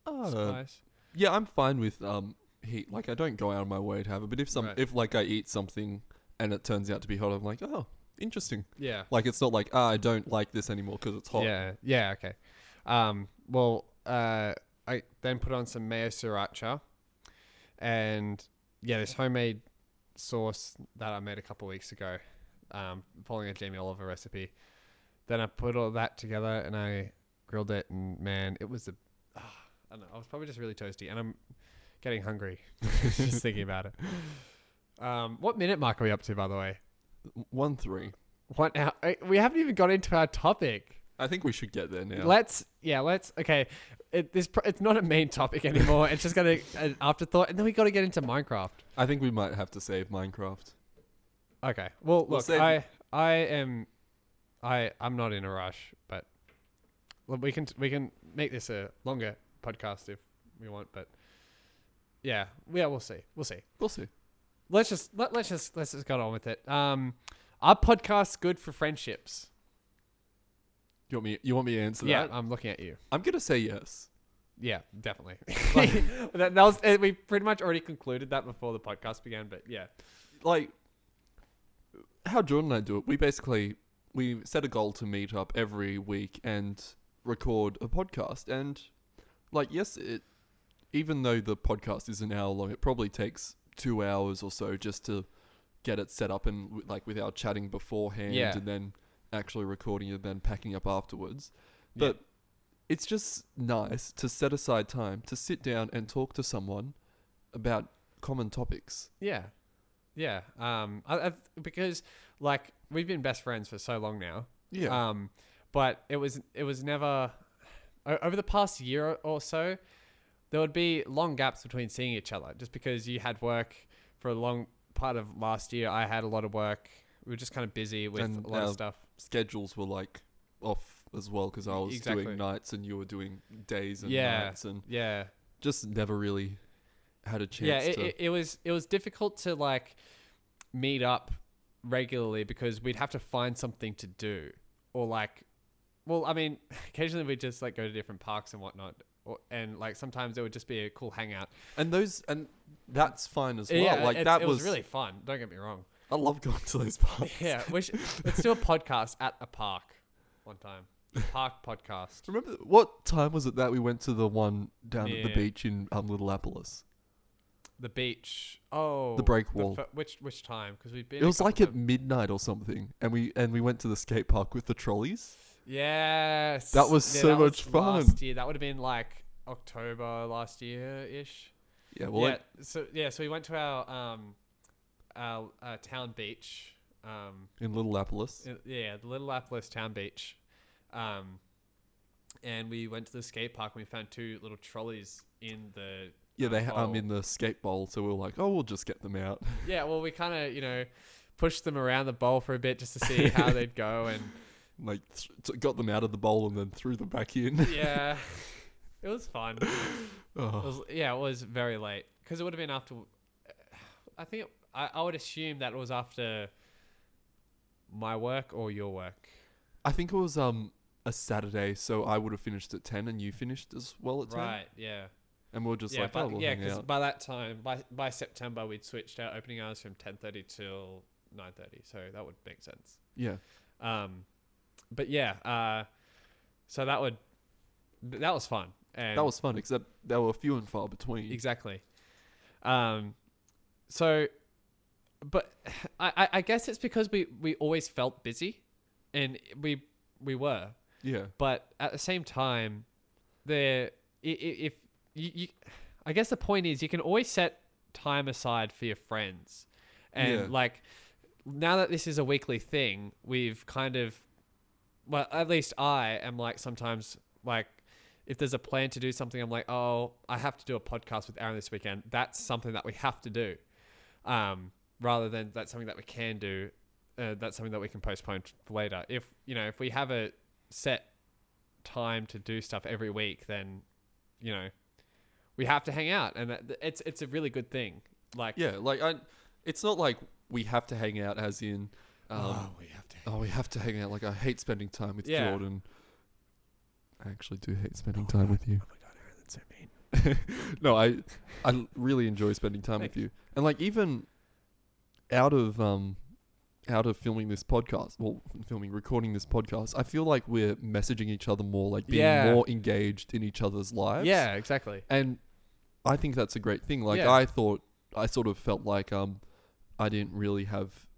Speaker 2: Uh,
Speaker 1: Spice?
Speaker 2: yeah, I'm fine with um heat. Like I don't go out of my way to have it, but if some
Speaker 1: Right.
Speaker 2: if like I eat something and it turns out to be hot, I'm like, oh, interesting.
Speaker 1: Yeah.
Speaker 2: Like it's not like ah, I don't like this anymore because it's hot.
Speaker 1: Yeah, yeah, okay. Um, well, uh, I then put on some mayo sriracha, and yeah, this homemade sauce that I made a couple weeks ago, um, following a Jamie Oliver recipe. Then I put all that together and I grilled it, and man, it was a. ah, I don't know. I was probably just really toasty, and I'm getting hungry just thinking about it. Um, what minute mark are we up to, by the way?
Speaker 2: One three.
Speaker 1: What now? We haven't even got into our topic.
Speaker 2: I think we should get there now.
Speaker 1: Let's yeah, let's okay. It, this pro- it's not a main topic anymore. it's just gonna an afterthought, and then we got to get into Minecraft.
Speaker 2: I think we might have to save Minecraft.
Speaker 1: Okay. Well, look,
Speaker 2: save-
Speaker 1: I I am I I'm not in a rush, but look, we can we can make this a longer podcast if we want. But yeah, yeah, we'll see, we'll see.
Speaker 2: We'll see.
Speaker 1: Let's just let, let's just let's just get on with it. Um, our podcast's good for friendships.
Speaker 2: You want me? You want me to answer
Speaker 1: yeah,
Speaker 2: that?
Speaker 1: I'm looking at you.
Speaker 2: I'm gonna say yes.
Speaker 1: Yeah, definitely. that, that was uh, we pretty much already concluded that before the podcast began, but yeah,
Speaker 2: Like how Jordan and I do it. We basically we set a goal to meet up every week and record a podcast. And like yes, it even though the podcast is an hour long, it probably takes two hours or so just to get it set up and like with our chatting beforehand
Speaker 1: Yeah.
Speaker 2: and then actually recording and then packing up afterwards.
Speaker 1: Yeah.
Speaker 2: But it's just nice to set aside time to sit down and talk to someone about common topics.
Speaker 1: yeah, yeah. Um, I, I, because like we've been best friends for so long now.
Speaker 2: Yeah.
Speaker 1: Um, but it was it was never o- over the past year or so. There would be long gaps between seeing each other, just because you had work for a long part of last year. I had a lot of work. We were just kind of busy with
Speaker 2: And
Speaker 1: a lot
Speaker 2: our
Speaker 1: of stuff.
Speaker 2: Schedules were like off as well because I was
Speaker 1: Exactly.
Speaker 2: doing nights and you were doing days and
Speaker 1: Yeah.
Speaker 2: nights and
Speaker 1: Yeah.
Speaker 2: just never really had a chance
Speaker 1: yeah it,
Speaker 2: to.
Speaker 1: it, it was it was difficult to like meet up regularly because we'd have to find something to do or like well i mean occasionally we'd just like go to different parks and whatnot or, and like sometimes it would just be a cool hangout
Speaker 2: and those and that's fine as well.
Speaker 1: yeah
Speaker 2: like
Speaker 1: it's-
Speaker 2: that
Speaker 1: it
Speaker 2: was,
Speaker 1: was really fun don't get me wrong
Speaker 2: I love going to those parties.
Speaker 1: yeah we should, let's do a podcast at a park one time park podcast
Speaker 2: Remember what time was it that we went to the one down at
Speaker 1: Yeah.
Speaker 2: the beach in um, Littleapolis?
Speaker 1: the beach oh
Speaker 2: break wall.
Speaker 1: fir- which which time because we've been
Speaker 2: It
Speaker 1: a
Speaker 2: was
Speaker 1: couple
Speaker 2: like at
Speaker 1: times.
Speaker 2: midnight or something, and we and we went to the skate park with the trolleys.
Speaker 1: Yes.
Speaker 2: That was so much fun.
Speaker 1: Last year, that would have been like October last year ish.
Speaker 2: Yeah, well,
Speaker 1: yeah.
Speaker 2: like-
Speaker 1: so yeah, so we went to our um, our uh, town beach um,
Speaker 2: in Little Apples.
Speaker 1: Uh, yeah, the Little Apples Town Beach. Um, and we went to the skate park and we found two little trolleys in the.
Speaker 2: Yeah,
Speaker 1: um,
Speaker 2: they ha- um
Speaker 1: bowl.
Speaker 2: in the skate bowl, so we were like, oh, we'll just get them out.
Speaker 1: Yeah, well, we kind of, you know, pushed them around the bowl for a bit just to see how they'd go. And
Speaker 2: like th- t- got them out of the bowl and then threw them back in.
Speaker 1: yeah, it was fun. It
Speaker 2: oh,
Speaker 1: was, yeah, it was very late because it would have been after. I think it, I, I would assume that it was after my work or your work.
Speaker 2: I think it was um a Saturday, so I would have finished at ten, and you finished as well at ten.
Speaker 1: Right, yeah.
Speaker 2: And we are just
Speaker 1: yeah,
Speaker 2: like,
Speaker 1: but,
Speaker 2: oh, we'll
Speaker 1: yeah,
Speaker 2: hang
Speaker 1: because
Speaker 2: out.
Speaker 1: by that time, by by September, we'd switched our opening hours from ten thirty till nine thirty, so that would make sense.
Speaker 2: yeah,
Speaker 1: Um, but yeah, uh, so that would th- that was fun. And
Speaker 2: that was fun. Except there were few and far between.
Speaker 1: exactly. Um, so, but I I- I guess it's because we we always felt busy, and we we were
Speaker 2: yeah,
Speaker 1: but at the same time, there i- i- if you, you, I guess the point is you can always set time aside for your friends, and
Speaker 2: Yeah.
Speaker 1: like now that this is a weekly thing, we've kind of, well, at least I am like sometimes like. If there's a plan to do something, I'm like, oh, I have to do a podcast with Aaron this weekend. That's something that we have to do, um, rather than that's something that we can do. Uh, that's something that we can postpone t- for later. If you know, if we have a set time to do stuff every week, then you know we have to hang out, and that, it's it's a really good thing. Like
Speaker 2: yeah. Like I, it's not like we have to hang out, as in, um, oh.
Speaker 1: we have to.
Speaker 2: we have to hang out. Like I hate spending time with
Speaker 1: Yeah.
Speaker 2: Jordan. I actually do hate spending time with you.
Speaker 1: Oh my god, Aaron, that's so mean.
Speaker 2: no, I I l- really enjoy spending time with you. And like even out of um out of filming this podcast, well, filming recording this podcast, I feel like we're messaging each other more, like being
Speaker 1: Yeah.
Speaker 2: more engaged in each other's lives.
Speaker 1: Yeah, exactly.
Speaker 2: And I think that's a great thing. Like
Speaker 1: Yeah.
Speaker 2: I thought I sort of felt like um I didn't really have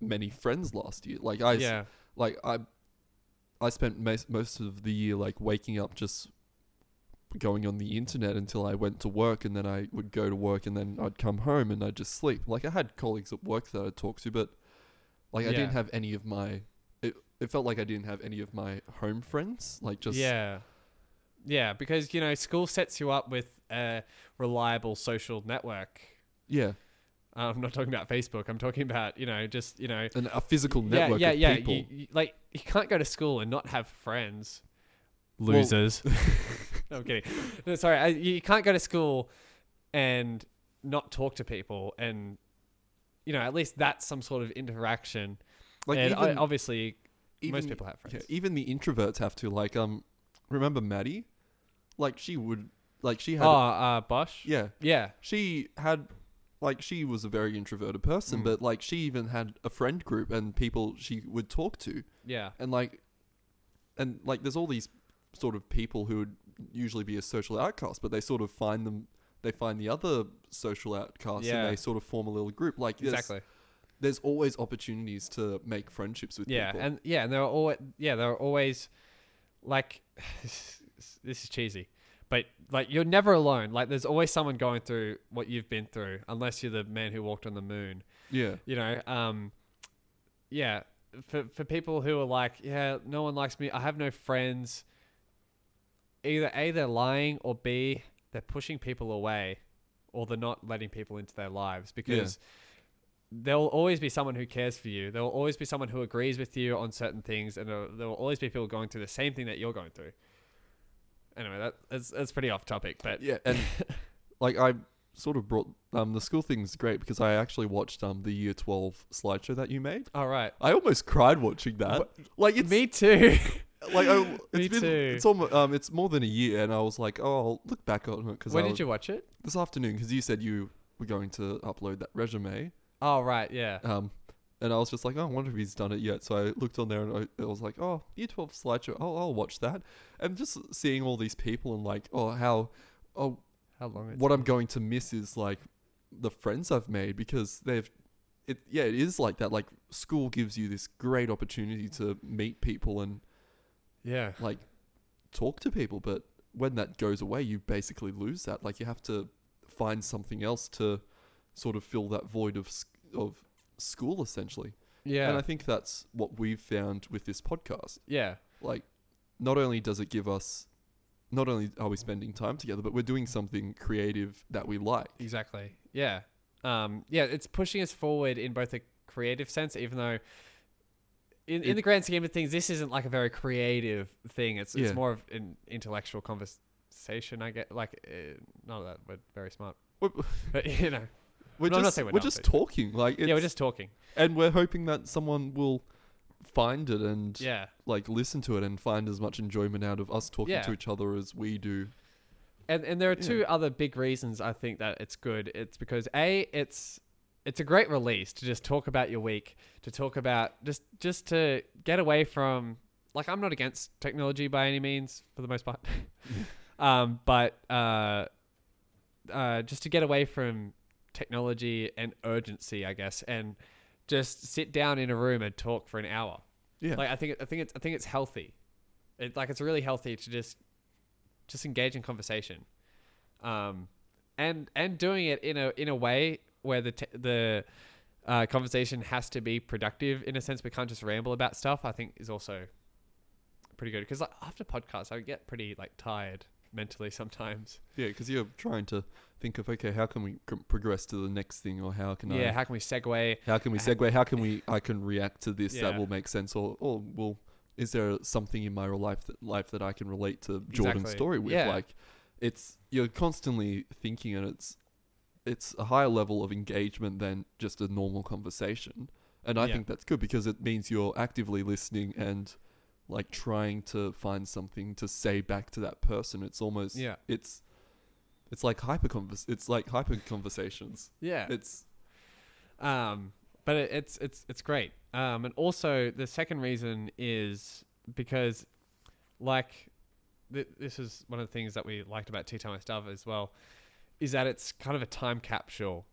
Speaker 2: many friends last year. Like I s-
Speaker 1: yeah,
Speaker 2: like I I spent most most of the year like waking up just going on the internet until I went to work and then I would go to work and then I'd come home and I'd just sleep. Like I had colleagues at work that I'd talk to, but like I
Speaker 1: Yeah.
Speaker 2: didn't have any of my it, it felt like I didn't have any of my home friends. Like just
Speaker 1: yeah, yeah. Because you know, school sets you up with a reliable social network.
Speaker 2: yeah,
Speaker 1: I'm not talking about Facebook. I'm talking about you know just you know
Speaker 2: and a physical network
Speaker 1: yeah,
Speaker 2: of
Speaker 1: yeah,
Speaker 2: people.
Speaker 1: yeah. You, you, like you can't go to school and not have friends.
Speaker 2: Well-
Speaker 1: Losers. no, I'm kidding. No, sorry, I, you can't go to school and not talk to people, and you know at least that's some sort of interaction.
Speaker 2: like
Speaker 1: and
Speaker 2: even,
Speaker 1: I, obviously,
Speaker 2: even-
Speaker 1: most people have
Speaker 2: Yeah,
Speaker 1: friends.
Speaker 2: even the introverts have to like um remember Maddie? Like she would like she had
Speaker 1: oh, uh, Bosch.
Speaker 2: yeah.
Speaker 1: yeah,
Speaker 2: she had like she was a very introverted person
Speaker 1: Mm.
Speaker 2: but like she even had a friend group and people she would talk to
Speaker 1: yeah,
Speaker 2: and like and like there's all these sort of people who would usually be a social outcast but they sort of find them they find the other social outcasts
Speaker 1: Yeah.
Speaker 2: and they sort of form a little group like there's,
Speaker 1: exactly.
Speaker 2: there's always opportunities to make friendships with
Speaker 1: yeah,
Speaker 2: people
Speaker 1: and yeah, and there are always yeah, there are always like this is cheesy, but like you're never alone. Like there's always someone going through what you've been through, unless you're the man who walked on the moon.
Speaker 2: yeah
Speaker 1: You know, um, yeah. For for people who are like, yeah, no one likes me. I have no friends. Either a they're lying, or b they're pushing people away, or they're not letting people into their lives because there will always be someone who cares for you. There will always be someone who agrees with you on certain things, and there there will always be people going through the same thing that you're going through. Anyway, that that's, that's pretty off topic, but
Speaker 2: yeah and like i sort of brought um the school thing's great because i actually watched um the year 12 slideshow that you made
Speaker 1: all right,
Speaker 2: I almost cried watching that.
Speaker 1: What-
Speaker 2: Like it's
Speaker 1: me too.
Speaker 2: like I, it's
Speaker 1: Me
Speaker 2: been
Speaker 1: too.
Speaker 2: it's almost um it's more than a year, and I was like, oh, I'll look back on it because
Speaker 1: when did you watch it?
Speaker 2: this afternoon because you said you were going to upload that resume,
Speaker 1: Oh right, yeah.
Speaker 2: um, and I was just like, oh, I wonder if he's done it yet. So I looked on there and I, I was like, oh, year twelve slideshow, oh, I'll watch that, and just seeing all these people and like, oh, how, oh,
Speaker 1: How long? It's
Speaker 2: what I'm going to miss is like the friends I've made because they've it yeah, it is like that. Like school gives you this great opportunity to meet people and
Speaker 1: Yeah.
Speaker 2: like talk to people, but when that goes away you basically lose that. Like you have to find something else to sort of fill that void of s- of school essentially.
Speaker 1: Yeah.
Speaker 2: And I think that's what we've found with this podcast.
Speaker 1: yeah.
Speaker 2: Like, not only does it give us, not only are we spending time together, but we're doing something creative that we like.
Speaker 1: Exactly. Yeah. Um, yeah, it's pushing us forward in both a creative sense, even though in, in
Speaker 2: It-
Speaker 1: the grand scheme of things, this isn't like a very creative thing. It's,
Speaker 2: Yeah.
Speaker 1: it's more of an intellectual conversation, I get. Like, uh, not that we're very smart,
Speaker 2: We're,
Speaker 1: but you know,
Speaker 2: we're
Speaker 1: No, I'm not
Speaker 2: just,
Speaker 1: saying we're
Speaker 2: we're
Speaker 1: not,
Speaker 2: just
Speaker 1: but-
Speaker 2: talking. Like, it's,
Speaker 1: yeah, we're just talking.
Speaker 2: and we're hoping that someone will find it and
Speaker 1: Yeah.
Speaker 2: like listen to it and find as much enjoyment out of us talking
Speaker 1: Yeah.
Speaker 2: to each other as we do.
Speaker 1: And and there are
Speaker 2: Yeah.
Speaker 1: two other big reasons I think that it's good. It's because a it's it's a great release to just talk about your week, to talk about just just to get away from like I'm not against technology by any means for the most part, um, but uh, uh, just to get away from technology and urgency, I guess, and just sit down in a room and talk for an hour.
Speaker 2: Yeah.
Speaker 1: Like I think I think it's I think it's healthy. It like it's really healthy to just just engage in conversation, um, and and doing it in a in a way where the te- the uh, conversation has to be productive in a sense. We can't just ramble about stuff. I think is also pretty good because like after podcasts, I get pretty like tired mentally sometimes.
Speaker 2: Yeah, because you're trying to think of okay, how can we c- progress to the next thing, or how can
Speaker 1: Yeah,
Speaker 2: I,
Speaker 1: how can we segue?
Speaker 2: how can we
Speaker 1: ha-
Speaker 2: segue, how can we, I can react to this
Speaker 1: Uh, Yeah.
Speaker 2: that will make sense, or or will is there something in my real life that life that I can relate to Jordan's
Speaker 1: Exactly.
Speaker 2: story with?
Speaker 1: Yeah.
Speaker 2: Like, it's you're constantly thinking, and it's it's a higher level of engagement than just a normal conversation, and I
Speaker 1: Yeah.
Speaker 2: think that's good because it means you're actively listening and like trying to find something to say back to that person. It's almost
Speaker 1: Yeah.
Speaker 2: It's it's like hyper convers. It's like hyper conversations.
Speaker 1: Yeah,
Speaker 2: It's
Speaker 1: Um, but it, it's it's it's great. Um, and also the second reason is because, like, th- this is one of the things that we liked about Tea Time with Dove as well, is that it's kind of a time capsule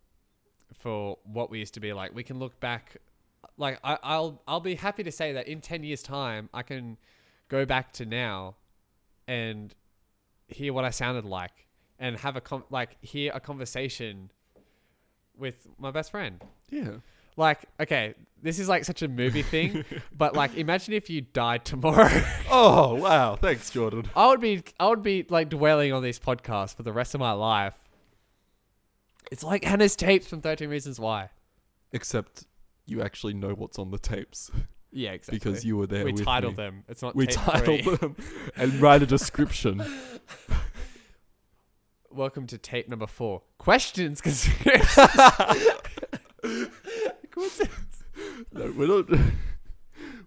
Speaker 1: for what we used to be like. We can look back, like I, I'll I'll be happy to say that in ten years' time I can go back to now, and hear what I sounded like, and have a com- like hear a conversation with my best friend
Speaker 2: yeah.
Speaker 1: like okay this is like such a movie thing but like imagine if you died tomorrow
Speaker 2: Oh wow! Thanks, Jordan.
Speaker 1: i would be i would be like dwelling on these podcasts for the rest of my life it's like hannah's tapes from 13 reasons why
Speaker 2: Except you actually know what's on the tapes
Speaker 1: yeah exactly
Speaker 2: because you were there.
Speaker 1: we
Speaker 2: with
Speaker 1: titled
Speaker 2: me.
Speaker 1: them it's not
Speaker 2: We
Speaker 1: tape
Speaker 2: titled
Speaker 1: three.
Speaker 2: them and write a description.
Speaker 1: welcome to tape number four questions because
Speaker 2: no, we're not.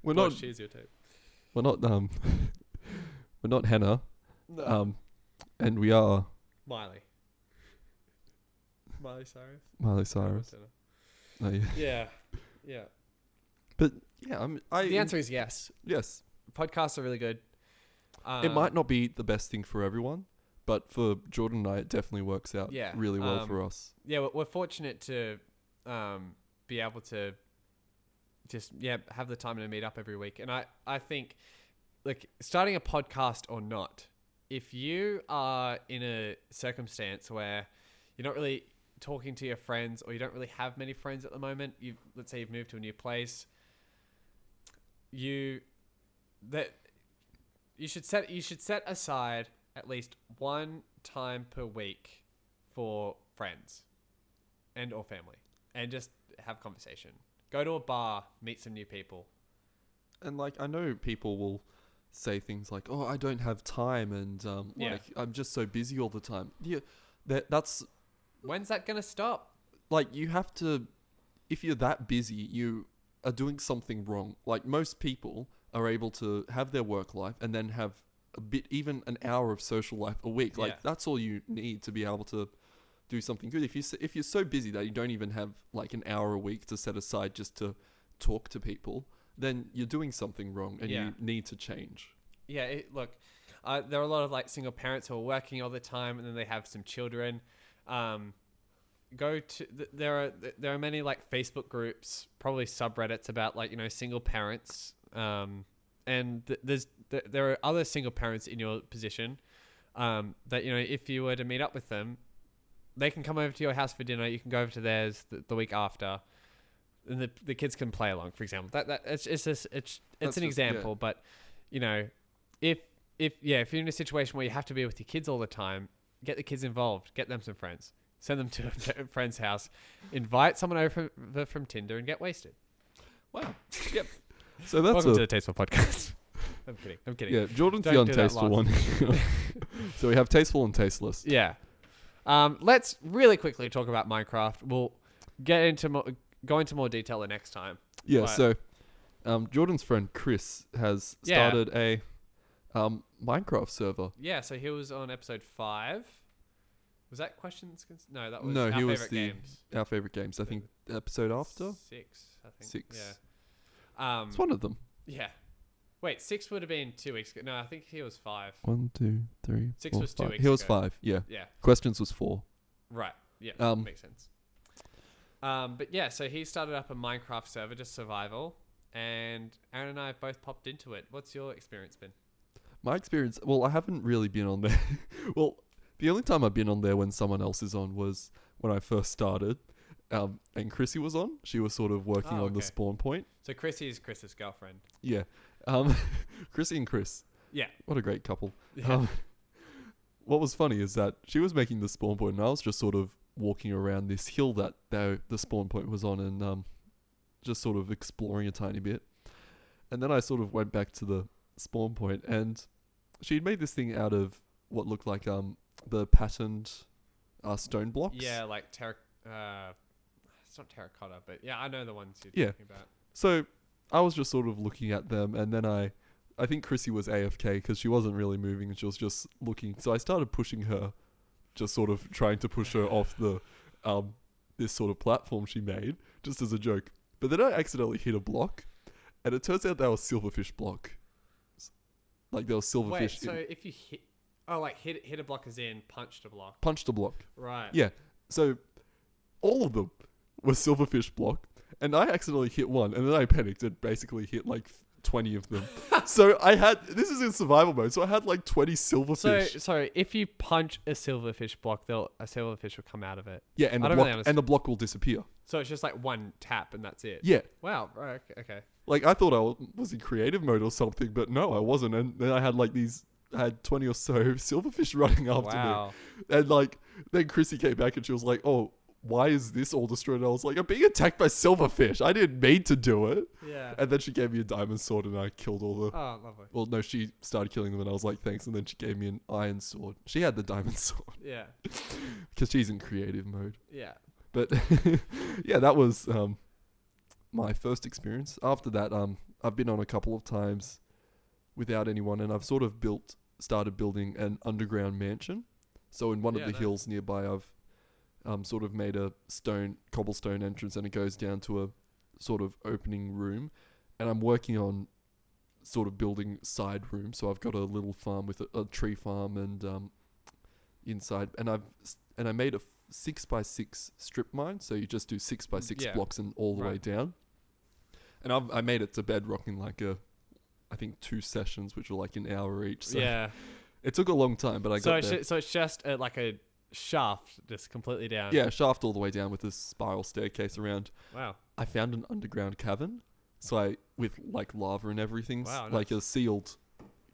Speaker 2: We're not.
Speaker 1: your tape
Speaker 2: We're not. Um. We're not Hannah.
Speaker 1: no.
Speaker 2: Um. And we are
Speaker 1: Uh, miley miley cyrus
Speaker 2: Miley Cyrus. No, yeah.
Speaker 1: yeah yeah
Speaker 2: But yeah, I'm. I,
Speaker 1: the answer is yes
Speaker 2: Yes.
Speaker 1: podcasts are really good um,
Speaker 2: it might not be the best thing for everyone, but for Jordan and I, it definitely works out
Speaker 1: Yeah,
Speaker 2: really well
Speaker 1: um,
Speaker 2: for us.
Speaker 1: yeah, we're, we're fortunate to um, be able to just yeah have the time to meet up every week. And I I think like starting a podcast or not, if you are in a circumstance where you're not really talking to your friends or you don't really have many friends at the moment, you let's say you've moved to a new place, you that you should set you should set aside at least one time per week for friends and or family and just have conversation go to a bar meet some new people
Speaker 2: And like, I know people will say things like, "Oh, I don't have time," and um,
Speaker 1: Yeah.
Speaker 2: like, I'm just so busy all the time. Yeah, that that's
Speaker 1: when's that gonna stop
Speaker 2: like you have to. If you're that busy, you are doing something wrong. Like most people are able to have their work life and then have a bit, even an hour of social life a week. Like
Speaker 1: Yeah.
Speaker 2: that's all you need to be able to do something good. If you s- if you're so busy that you don't even have like an hour a week to set aside just to talk to people, then you're doing something wrong and
Speaker 1: Yeah.
Speaker 2: you need to change.
Speaker 1: yeah it, look uh, there are a lot of like single parents who are working all the time and then they have some children um, go to th- there are th- there are many like facebook groups probably subreddits about like you know single parents um, and th- there's th- there are other single parents in your position um, that you know if you were to meet up with them they can come over to your house for dinner you can go over to theirs the, the week after and the the kids can play along. For example, that that it's it's just, it's it's
Speaker 2: That's
Speaker 1: an
Speaker 2: just- yeah.
Speaker 1: example, but you know, if if yeah, if you're in a situation where you have to be with your kids all the time, get the kids involved, get them some friends, send them to a fr- friend's house, invite someone over from, from Tinder, and get wasted.
Speaker 2: Wow. Yep. So that's
Speaker 1: Welcome
Speaker 2: a
Speaker 1: to the Tasteful Podcast. I'm kidding. I'm kidding.
Speaker 2: yeah. Jordan's the
Speaker 1: Don't do that
Speaker 2: untasteful one. so we have tasteful and tasteless.
Speaker 1: Yeah. Um, let's really quickly talk about Minecraft. We'll get into mo- go into more detail the next time.
Speaker 2: Yeah.
Speaker 1: Right.
Speaker 2: So, um, Jordan's friend Chris has
Speaker 1: Yeah.
Speaker 2: started a um, Minecraft server.
Speaker 1: Yeah. So he was on episode five. Was that questions? Cons- No, that was
Speaker 2: No,
Speaker 1: our
Speaker 2: he was
Speaker 1: favorite
Speaker 2: the
Speaker 1: games.
Speaker 2: Our favorite games. I think episode after
Speaker 1: six, I think.
Speaker 2: Six.
Speaker 1: Yeah. Um,
Speaker 2: it's one of them.
Speaker 1: yeah. Wait, six would have been two weeks ago. No, I think he was five.
Speaker 2: One, two, three.
Speaker 1: Six
Speaker 2: four,
Speaker 1: was two
Speaker 2: five.
Speaker 1: weeks
Speaker 2: He was
Speaker 1: ago.
Speaker 2: five. Yeah.
Speaker 1: Yeah.
Speaker 2: Questions was four.
Speaker 1: Right. Yeah.
Speaker 2: Um,
Speaker 1: makes sense. Um, but yeah, so he started up a Minecraft server, just survival, and Aaron and I have both popped into it. What's your experience been?
Speaker 2: My experience, well, I haven't really been on there. well, the only time I've been on there when someone else is on was when I first started. Um, and Chrissy was on. She was sort of working
Speaker 1: Oh,
Speaker 2: on the
Speaker 1: okay.
Speaker 2: spawn point.
Speaker 1: So Chrissy is Chris's girlfriend.
Speaker 2: Yeah. Um, Chrissy and Chris.
Speaker 1: Yeah.
Speaker 2: What a great couple.
Speaker 1: Yeah.
Speaker 2: Um, what was funny is that she was making the spawn point and I was just sort of walking around this hill that the, the spawn point was on and um, just sort of exploring a tiny bit. And then I sort of went back to the spawn point and she'd made this thing out of what looked like um the patterned uh, stone blocks.
Speaker 1: Yeah, like terra. Uh, it's not terracotta, but yeah, I know the ones you're
Speaker 2: Yeah.
Speaker 1: talking about.
Speaker 2: So I was just sort of looking at them, and then I, I think Chrissy was AFK because she wasn't really moving; she was just looking. So I started pushing her, just sort of trying to push her off the, um, this sort of platform she made, just as a joke. But then I accidentally hit a block, and it turns out that was silverfish block. S- Like there was silverfish.
Speaker 1: Wait,
Speaker 2: in-
Speaker 1: so if you hit, oh, like hit hit a block is in, punched a block,
Speaker 2: punched a block.
Speaker 1: right?
Speaker 2: Yeah. So all of them were silverfish block, and I accidentally hit one, and then I panicked and basically hit like twenty of them. so I had this is in survival mode, so I had like twenty
Speaker 1: So
Speaker 2: silverfish.
Speaker 1: so if you punch a silverfish block, they'll a silverfish will come out of it.
Speaker 2: yeah, and
Speaker 1: I
Speaker 2: the
Speaker 1: don't really
Speaker 2: block and the block will disappear.
Speaker 1: So it's just like one tap and that's it.
Speaker 2: Yeah.
Speaker 1: Wow. Right. okay, Okay.
Speaker 2: Like I thought I wa- was in creative mode or something, but no, I wasn't. And then I had like these, I had twenty or so silverfish running after me.
Speaker 1: wow.
Speaker 2: And like then Chrissy came back and she was like, "Oh, why is this all destroyed?" And I was like, "I'm being attacked by silverfish. I didn't mean to do it."
Speaker 1: Yeah.
Speaker 2: And then she gave me a diamond sword, and I killed all the.
Speaker 1: Oh, lovely.
Speaker 2: Well, no, she started killing them, and I was like, "Thanks." And then she gave me an iron sword. She had the diamond sword
Speaker 1: Yeah.
Speaker 2: because she's in creative mode.
Speaker 1: Yeah.
Speaker 2: But yeah, that was um, my first experience. After that, um, I've been on a couple of times without anyone, and I've sort of built, started building an underground mansion. So in one
Speaker 1: Yeah,
Speaker 2: of the
Speaker 1: nice.
Speaker 2: hills nearby, I've um, sort of made a stone cobblestone entrance, and it goes down to a sort of opening room, and I'm working on sort of building side rooms. So I've got a little farm with a, a tree farm and um, inside, and I've s- and I made a f- six by six strip mine. So you just do six by six
Speaker 1: Yeah.
Speaker 2: blocks and all the way
Speaker 1: Right.
Speaker 2: down. And I've, I made it to bedrock in like a, I think two sessions, which were like an hour each. So
Speaker 1: yeah.
Speaker 2: it took a long time, but I
Speaker 1: So
Speaker 2: uh, got
Speaker 1: it's,
Speaker 2: there.
Speaker 1: ju- so it's just uh like a shaft, just completely down.
Speaker 2: yeah, shaft all the way down with this spiral staircase around.
Speaker 1: Wow.
Speaker 2: I found an underground cavern. So I with like lava and everything, s-
Speaker 1: Wow,
Speaker 2: like a sealed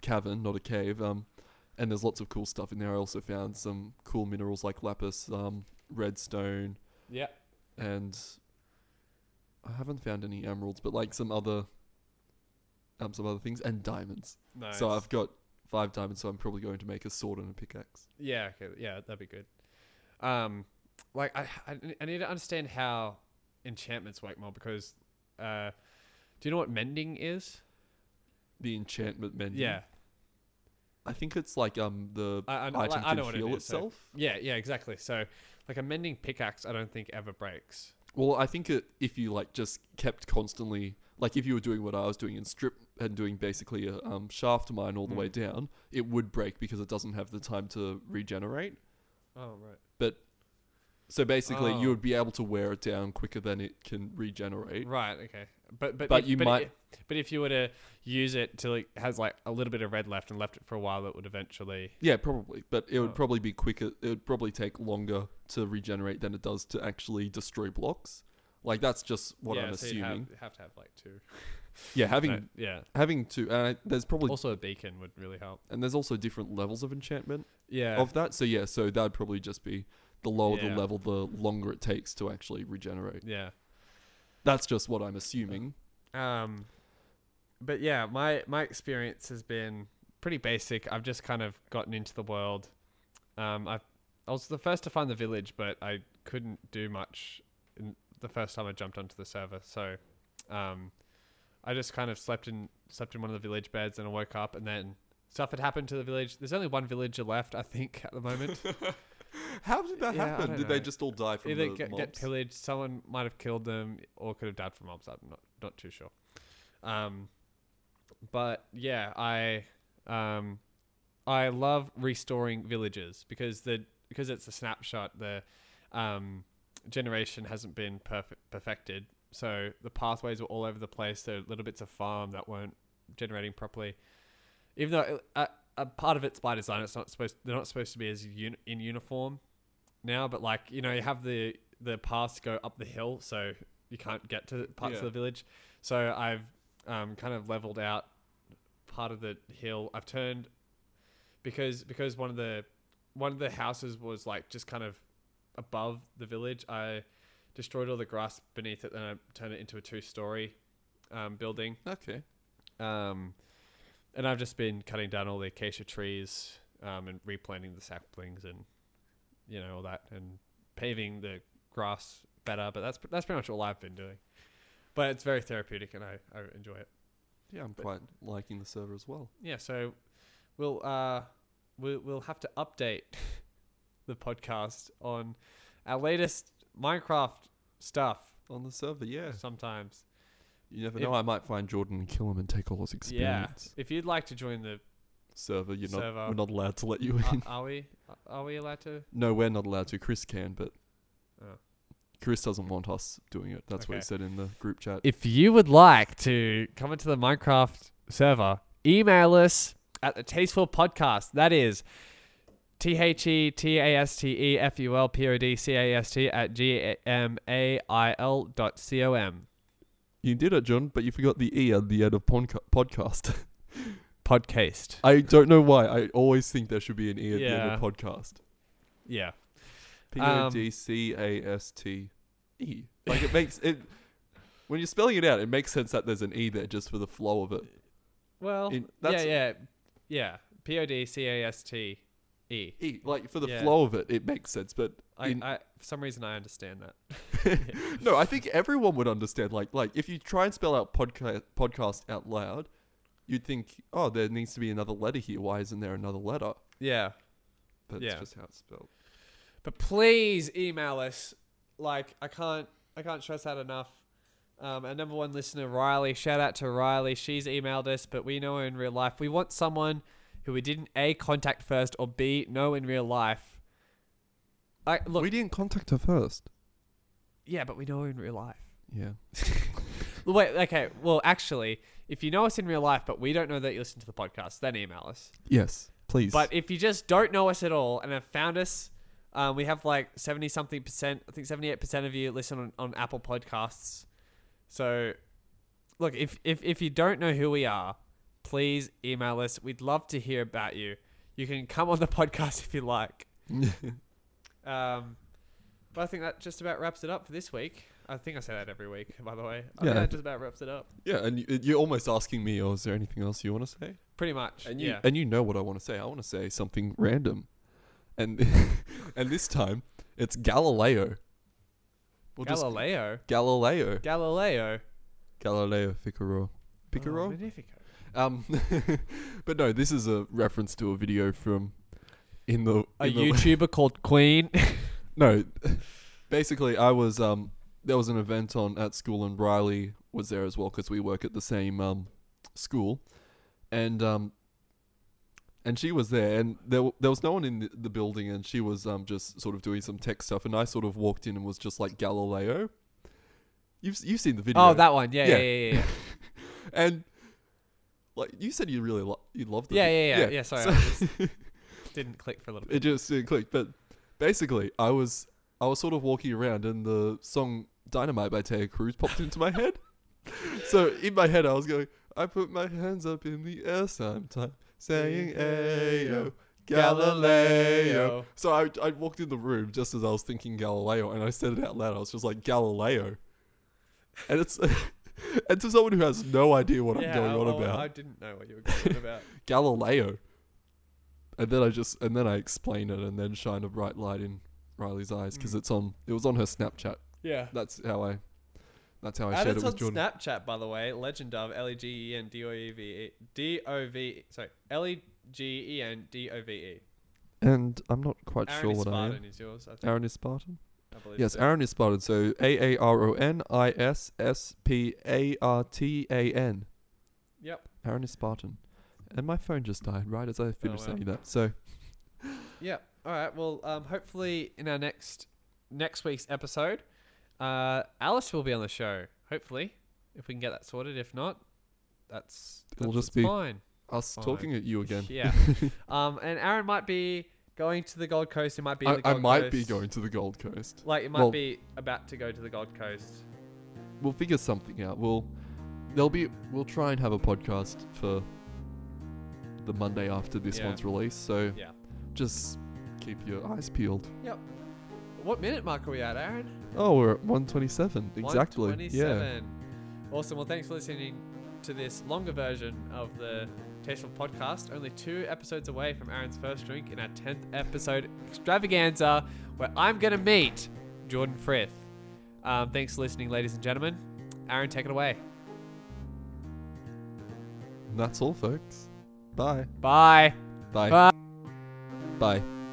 Speaker 2: cavern, not a cave. Um, and there's lots of cool stuff in there. I also found some cool minerals like lapis, um, redstone,
Speaker 1: Yeah.
Speaker 2: and I haven't found any emeralds, but like some other, um, some other things and diamonds.
Speaker 1: Nice.
Speaker 2: So I've got five diamonds. So I'm probably going to make a sword and a pickaxe.
Speaker 1: Yeah, okay, yeah, that'd be good. Um, like I, I, I need to understand how enchantments work more because, uh, do you know what mending is?
Speaker 2: The enchantment menu.
Speaker 1: Yeah,
Speaker 2: I think it's like um the
Speaker 1: I, I know,
Speaker 2: item
Speaker 1: like, I
Speaker 2: can
Speaker 1: know what it
Speaker 2: heal
Speaker 1: is. so-
Speaker 2: itself.
Speaker 1: yeah, yeah, exactly. So, like a mending pickaxe, I don't think ever breaks.
Speaker 2: Well, I think it, if you like just kept constantly, like if you were doing what I was doing in strip and doing basically a um, shaft mine all the
Speaker 1: Mm.
Speaker 2: way down, it would break because it doesn't have the time to regenerate.
Speaker 1: Oh right.
Speaker 2: But so basically, you
Speaker 1: Oh.
Speaker 2: would be able to wear it down quicker than it can regenerate.
Speaker 1: Right. Okay. But but
Speaker 2: But
Speaker 1: if,
Speaker 2: you
Speaker 1: but
Speaker 2: might-
Speaker 1: i- but if you were to use it till it has like a little bit of red left and left it for a while, it would eventually.
Speaker 2: Yeah, probably. But it
Speaker 1: Oh.
Speaker 2: would probably be quicker. It would probably take longer to regenerate than it does to actually destroy blocks. Like that's just what
Speaker 1: yeah,
Speaker 2: I'm
Speaker 1: so
Speaker 2: assuming.
Speaker 1: you'd have- have, to have like two.
Speaker 2: yeah, having
Speaker 1: No, yeah.
Speaker 2: having two, and I, there's probably
Speaker 1: Also, a beacon would really help.
Speaker 2: and there's also different levels of enchantment
Speaker 1: Yeah.
Speaker 2: of that. So yeah, so that'd probably just be the lower
Speaker 1: Yeah.
Speaker 2: the level, the longer it takes to actually regenerate.
Speaker 1: yeah.
Speaker 2: That's just what I'm assuming.
Speaker 1: Um, but yeah, my my experience has been pretty basic. I've just kind of gotten into the world. Um, I I was the first to find the village, but I couldn't do much in the first time I jumped onto the server. So, um, I just kind of slept in slept in one of the village beds, and I woke up, and then stuff had happened to the village. There's only one villager left, I think, at the moment.
Speaker 2: How did that
Speaker 1: Yeah, I
Speaker 2: happen?
Speaker 1: don't
Speaker 2: Did they
Speaker 1: know.
Speaker 2: just all die from
Speaker 1: Either
Speaker 2: the
Speaker 1: get, get
Speaker 2: mobs?
Speaker 1: pillaged, someone might have killed them, or could have died from mobs. I'm not not too sure. Um, but yeah, I um, I love restoring villages because the because it's a snapshot. The um, generation hasn't been perfect perfected, so the pathways were all over the place. There were little bits of farm that weren't generating properly, even though a, a part of it's by design. It's not supposed they're not supposed to be as un, in uniform now, but like you know, you have the the paths go up the hill, so you can't get to parts
Speaker 2: Yeah.
Speaker 1: of the village. So I've um, kind of leveled out part of the hill. I've turned because because one of the one of the houses was like just kind of above the village. I destroyed all the grass beneath it, and I turned it into a two story um, building.
Speaker 2: Okay.
Speaker 1: Um, and I've just been cutting down all the acacia trees um, and replanting the saplings and you know all that and paving the grass better. But that's that's pretty much all I've been doing. But it's very therapeutic and I, I enjoy it.
Speaker 2: Yeah, I'm
Speaker 1: But-
Speaker 2: quite liking the server as well.
Speaker 1: Yeah, so we'll uh we'll, we'll have to update the podcast on our latest Minecraft stuff
Speaker 2: On the server, yeah.
Speaker 1: sometimes.
Speaker 2: You never
Speaker 1: If-
Speaker 2: know. I might find Jordan and kill him and take all his experience.
Speaker 1: Yeah. If you'd like to join the
Speaker 2: Server, you're not.
Speaker 1: Server. Uh,
Speaker 2: We're not allowed to let you in.
Speaker 1: are, are we are we allowed to
Speaker 2: no, we're not allowed to. Chris can, but
Speaker 1: Oh.
Speaker 2: Chris doesn't want us doing it. That's what he
Speaker 1: Okay.
Speaker 2: said in the group chat.
Speaker 1: If you would like to come into the Minecraft server, email us at the Tasteful Podcast. That is T H E T A S T E F U L P O D C A S T at G M A I L dot C O M.
Speaker 2: you did it, John, but you forgot the e at the end of ponca- podcast.
Speaker 1: Podcast.
Speaker 2: I don't know why. I always think there should be an e at the end
Speaker 1: Yeah. Um,
Speaker 2: of podcast.
Speaker 1: Yeah.
Speaker 2: P O D C A S T E. Like it makes it. When you're spelling it out, it makes sense that there's an e there just for the flow of it.
Speaker 1: Well,
Speaker 2: In-
Speaker 1: yeah,
Speaker 2: that's-
Speaker 1: yeah. Yeah. P O D C A S T E.
Speaker 2: E, like for the
Speaker 1: Yeah.
Speaker 2: flow of it, it makes sense. But
Speaker 1: I,
Speaker 2: in-
Speaker 1: I, for some reason, I understand that.
Speaker 2: no, I think everyone would understand. Like, like if you try and spell out podcast podcast out loud, you'd think, oh, there needs to be another letter here. Why isn't there another letter?
Speaker 1: Yeah.
Speaker 2: But
Speaker 1: Yeah.
Speaker 2: it's just how it's spelled.
Speaker 1: But please email us. Like I can't I can't stress that enough. Um, our number one listener, Riley. Shout out to Riley. She's emailed us, but we know her in real life. We want someone who we didn't a contact first or b know in real life. I look.
Speaker 2: we didn't contact her first.
Speaker 1: yeah, but we know her in real life.
Speaker 2: Yeah.
Speaker 1: Wait. Okay. Well, actually, if you know us in real life, but we don't know that you listen to the podcast, then email us.
Speaker 2: Yes. Please.
Speaker 1: But if you just don't know us at all and have found us, um, we have like 70 something percent, I think 78 percent of you listen on, on Apple Podcasts. So, look, if, if, if you don't know who we are, please email us. We'd love to hear about you. You can come on the podcast if you like. Um, but I think that just about wraps it up for this week. I think I say that every week, by the way. I think
Speaker 2: Yeah.
Speaker 1: that just about wraps it up.
Speaker 2: yeah, and you, you're almost asking me, oh, is there anything else you want to say?
Speaker 1: Pretty much.
Speaker 2: and you
Speaker 1: yeah.
Speaker 2: and you know what I want to say. I want to say something random, and and this time it's Galileo. We'll just-
Speaker 1: Galileo.
Speaker 2: Galileo.
Speaker 1: Galileo.
Speaker 2: Galileo Figaro.
Speaker 1: Oh,
Speaker 2: Figaro.
Speaker 1: Magnifico.
Speaker 2: um, but no, this is a reference to a video from in the
Speaker 1: A
Speaker 2: in the-
Speaker 1: YouTuber called Queen.
Speaker 2: no. Basically, I was um there was an event on at school and Riley was there as well because we work at the same um school, and um and she was there and there w- there was no one in the, the building and she was um just sort of doing some tech stuff and I sort of walked in and was just like Galileo. You've s- you've seen the video.
Speaker 1: Oh, that one. Yeah, yeah,
Speaker 2: Yeah.
Speaker 1: yeah, yeah.
Speaker 2: and like you said, you really lo- you love the
Speaker 1: Yeah,
Speaker 2: vi-
Speaker 1: yeah, yeah. Yeah, sorry. I
Speaker 2: So-
Speaker 1: Didn't click for a little bit.
Speaker 2: it just didn't click. But basically, I was I was sort of walking around, and the song Dynamite by Taya Cruz popped into my head. So in my head, I was going, I put my hands up in the air sometime, saying, Ayo, Galileo. So I, I walked in the room just as I was thinking Galileo, and I said it out loud. I was just like Galileo, and it's and to someone who has no idea what I'm going on about,
Speaker 1: I didn't know what you were going on about.
Speaker 2: Galileo. And then I just and then I explain it, and then shine a bright light in Riley's eyes because it's on. It was on her Snapchat.
Speaker 1: Yeah.
Speaker 2: That's how I. That's how I
Speaker 1: And
Speaker 2: shared
Speaker 1: it's
Speaker 2: it
Speaker 1: on
Speaker 2: with Jordan.
Speaker 1: Snapchat, by the way. Legend of L E G E N D O E V E D O V. Sorry, L E G E N D O V E.
Speaker 2: and I'm not quite
Speaker 1: Aaron
Speaker 2: sure
Speaker 1: is
Speaker 2: what I
Speaker 1: Spartan
Speaker 2: am.
Speaker 1: is yours. I think.
Speaker 2: Aaron is Spartan.
Speaker 1: I believe
Speaker 2: Yes,
Speaker 1: so.
Speaker 2: Aaron is Spartan. So A A R O N I S S P A R T A N.
Speaker 1: Yep. Oh,
Speaker 2: Aaron is Spartan. And my phone just died right as I finished
Speaker 1: wow.
Speaker 2: saying that. So
Speaker 1: Yeah. All right. Well, um, hopefully in our next next week's episode, uh, Alice will be on the show. Hopefully, if we can get that sorted. If not, that's
Speaker 2: It'll
Speaker 1: that's-
Speaker 2: just
Speaker 1: that's
Speaker 2: be
Speaker 1: fine.
Speaker 2: us
Speaker 1: Fine.
Speaker 2: talking at you again.
Speaker 1: Yeah. um, and Aaron might be going to the Gold Coast. It might be. in
Speaker 2: I,
Speaker 1: the
Speaker 2: I
Speaker 1: Gold
Speaker 2: might be
Speaker 1: Coast.
Speaker 2: going to the Gold Coast.
Speaker 1: Like it might
Speaker 2: well-
Speaker 1: be about to go to the Gold Coast.
Speaker 2: We'll figure something out. We'll there'll be we'll try and have a podcast for the Monday after this
Speaker 1: Yeah.
Speaker 2: one's release. So
Speaker 1: Yeah.
Speaker 2: just keep your eyes peeled.
Speaker 1: Yep. What minute mark are we at, Aaron?
Speaker 2: Oh, we're at 127. Exactly. Yeah.
Speaker 1: 127. Awesome. Well, thanks for listening to this longer version of the Tasteful Podcast. Only two episodes away from Aaron's first drink in our 10th episode extravaganza, where I'm going to meet Jordan Frith. Um, thanks for listening, ladies and gentlemen. Aaron, take it away.
Speaker 2: And that's all, folks. Bye.
Speaker 1: Bye.
Speaker 2: Bye.
Speaker 1: Bye.
Speaker 2: Bye.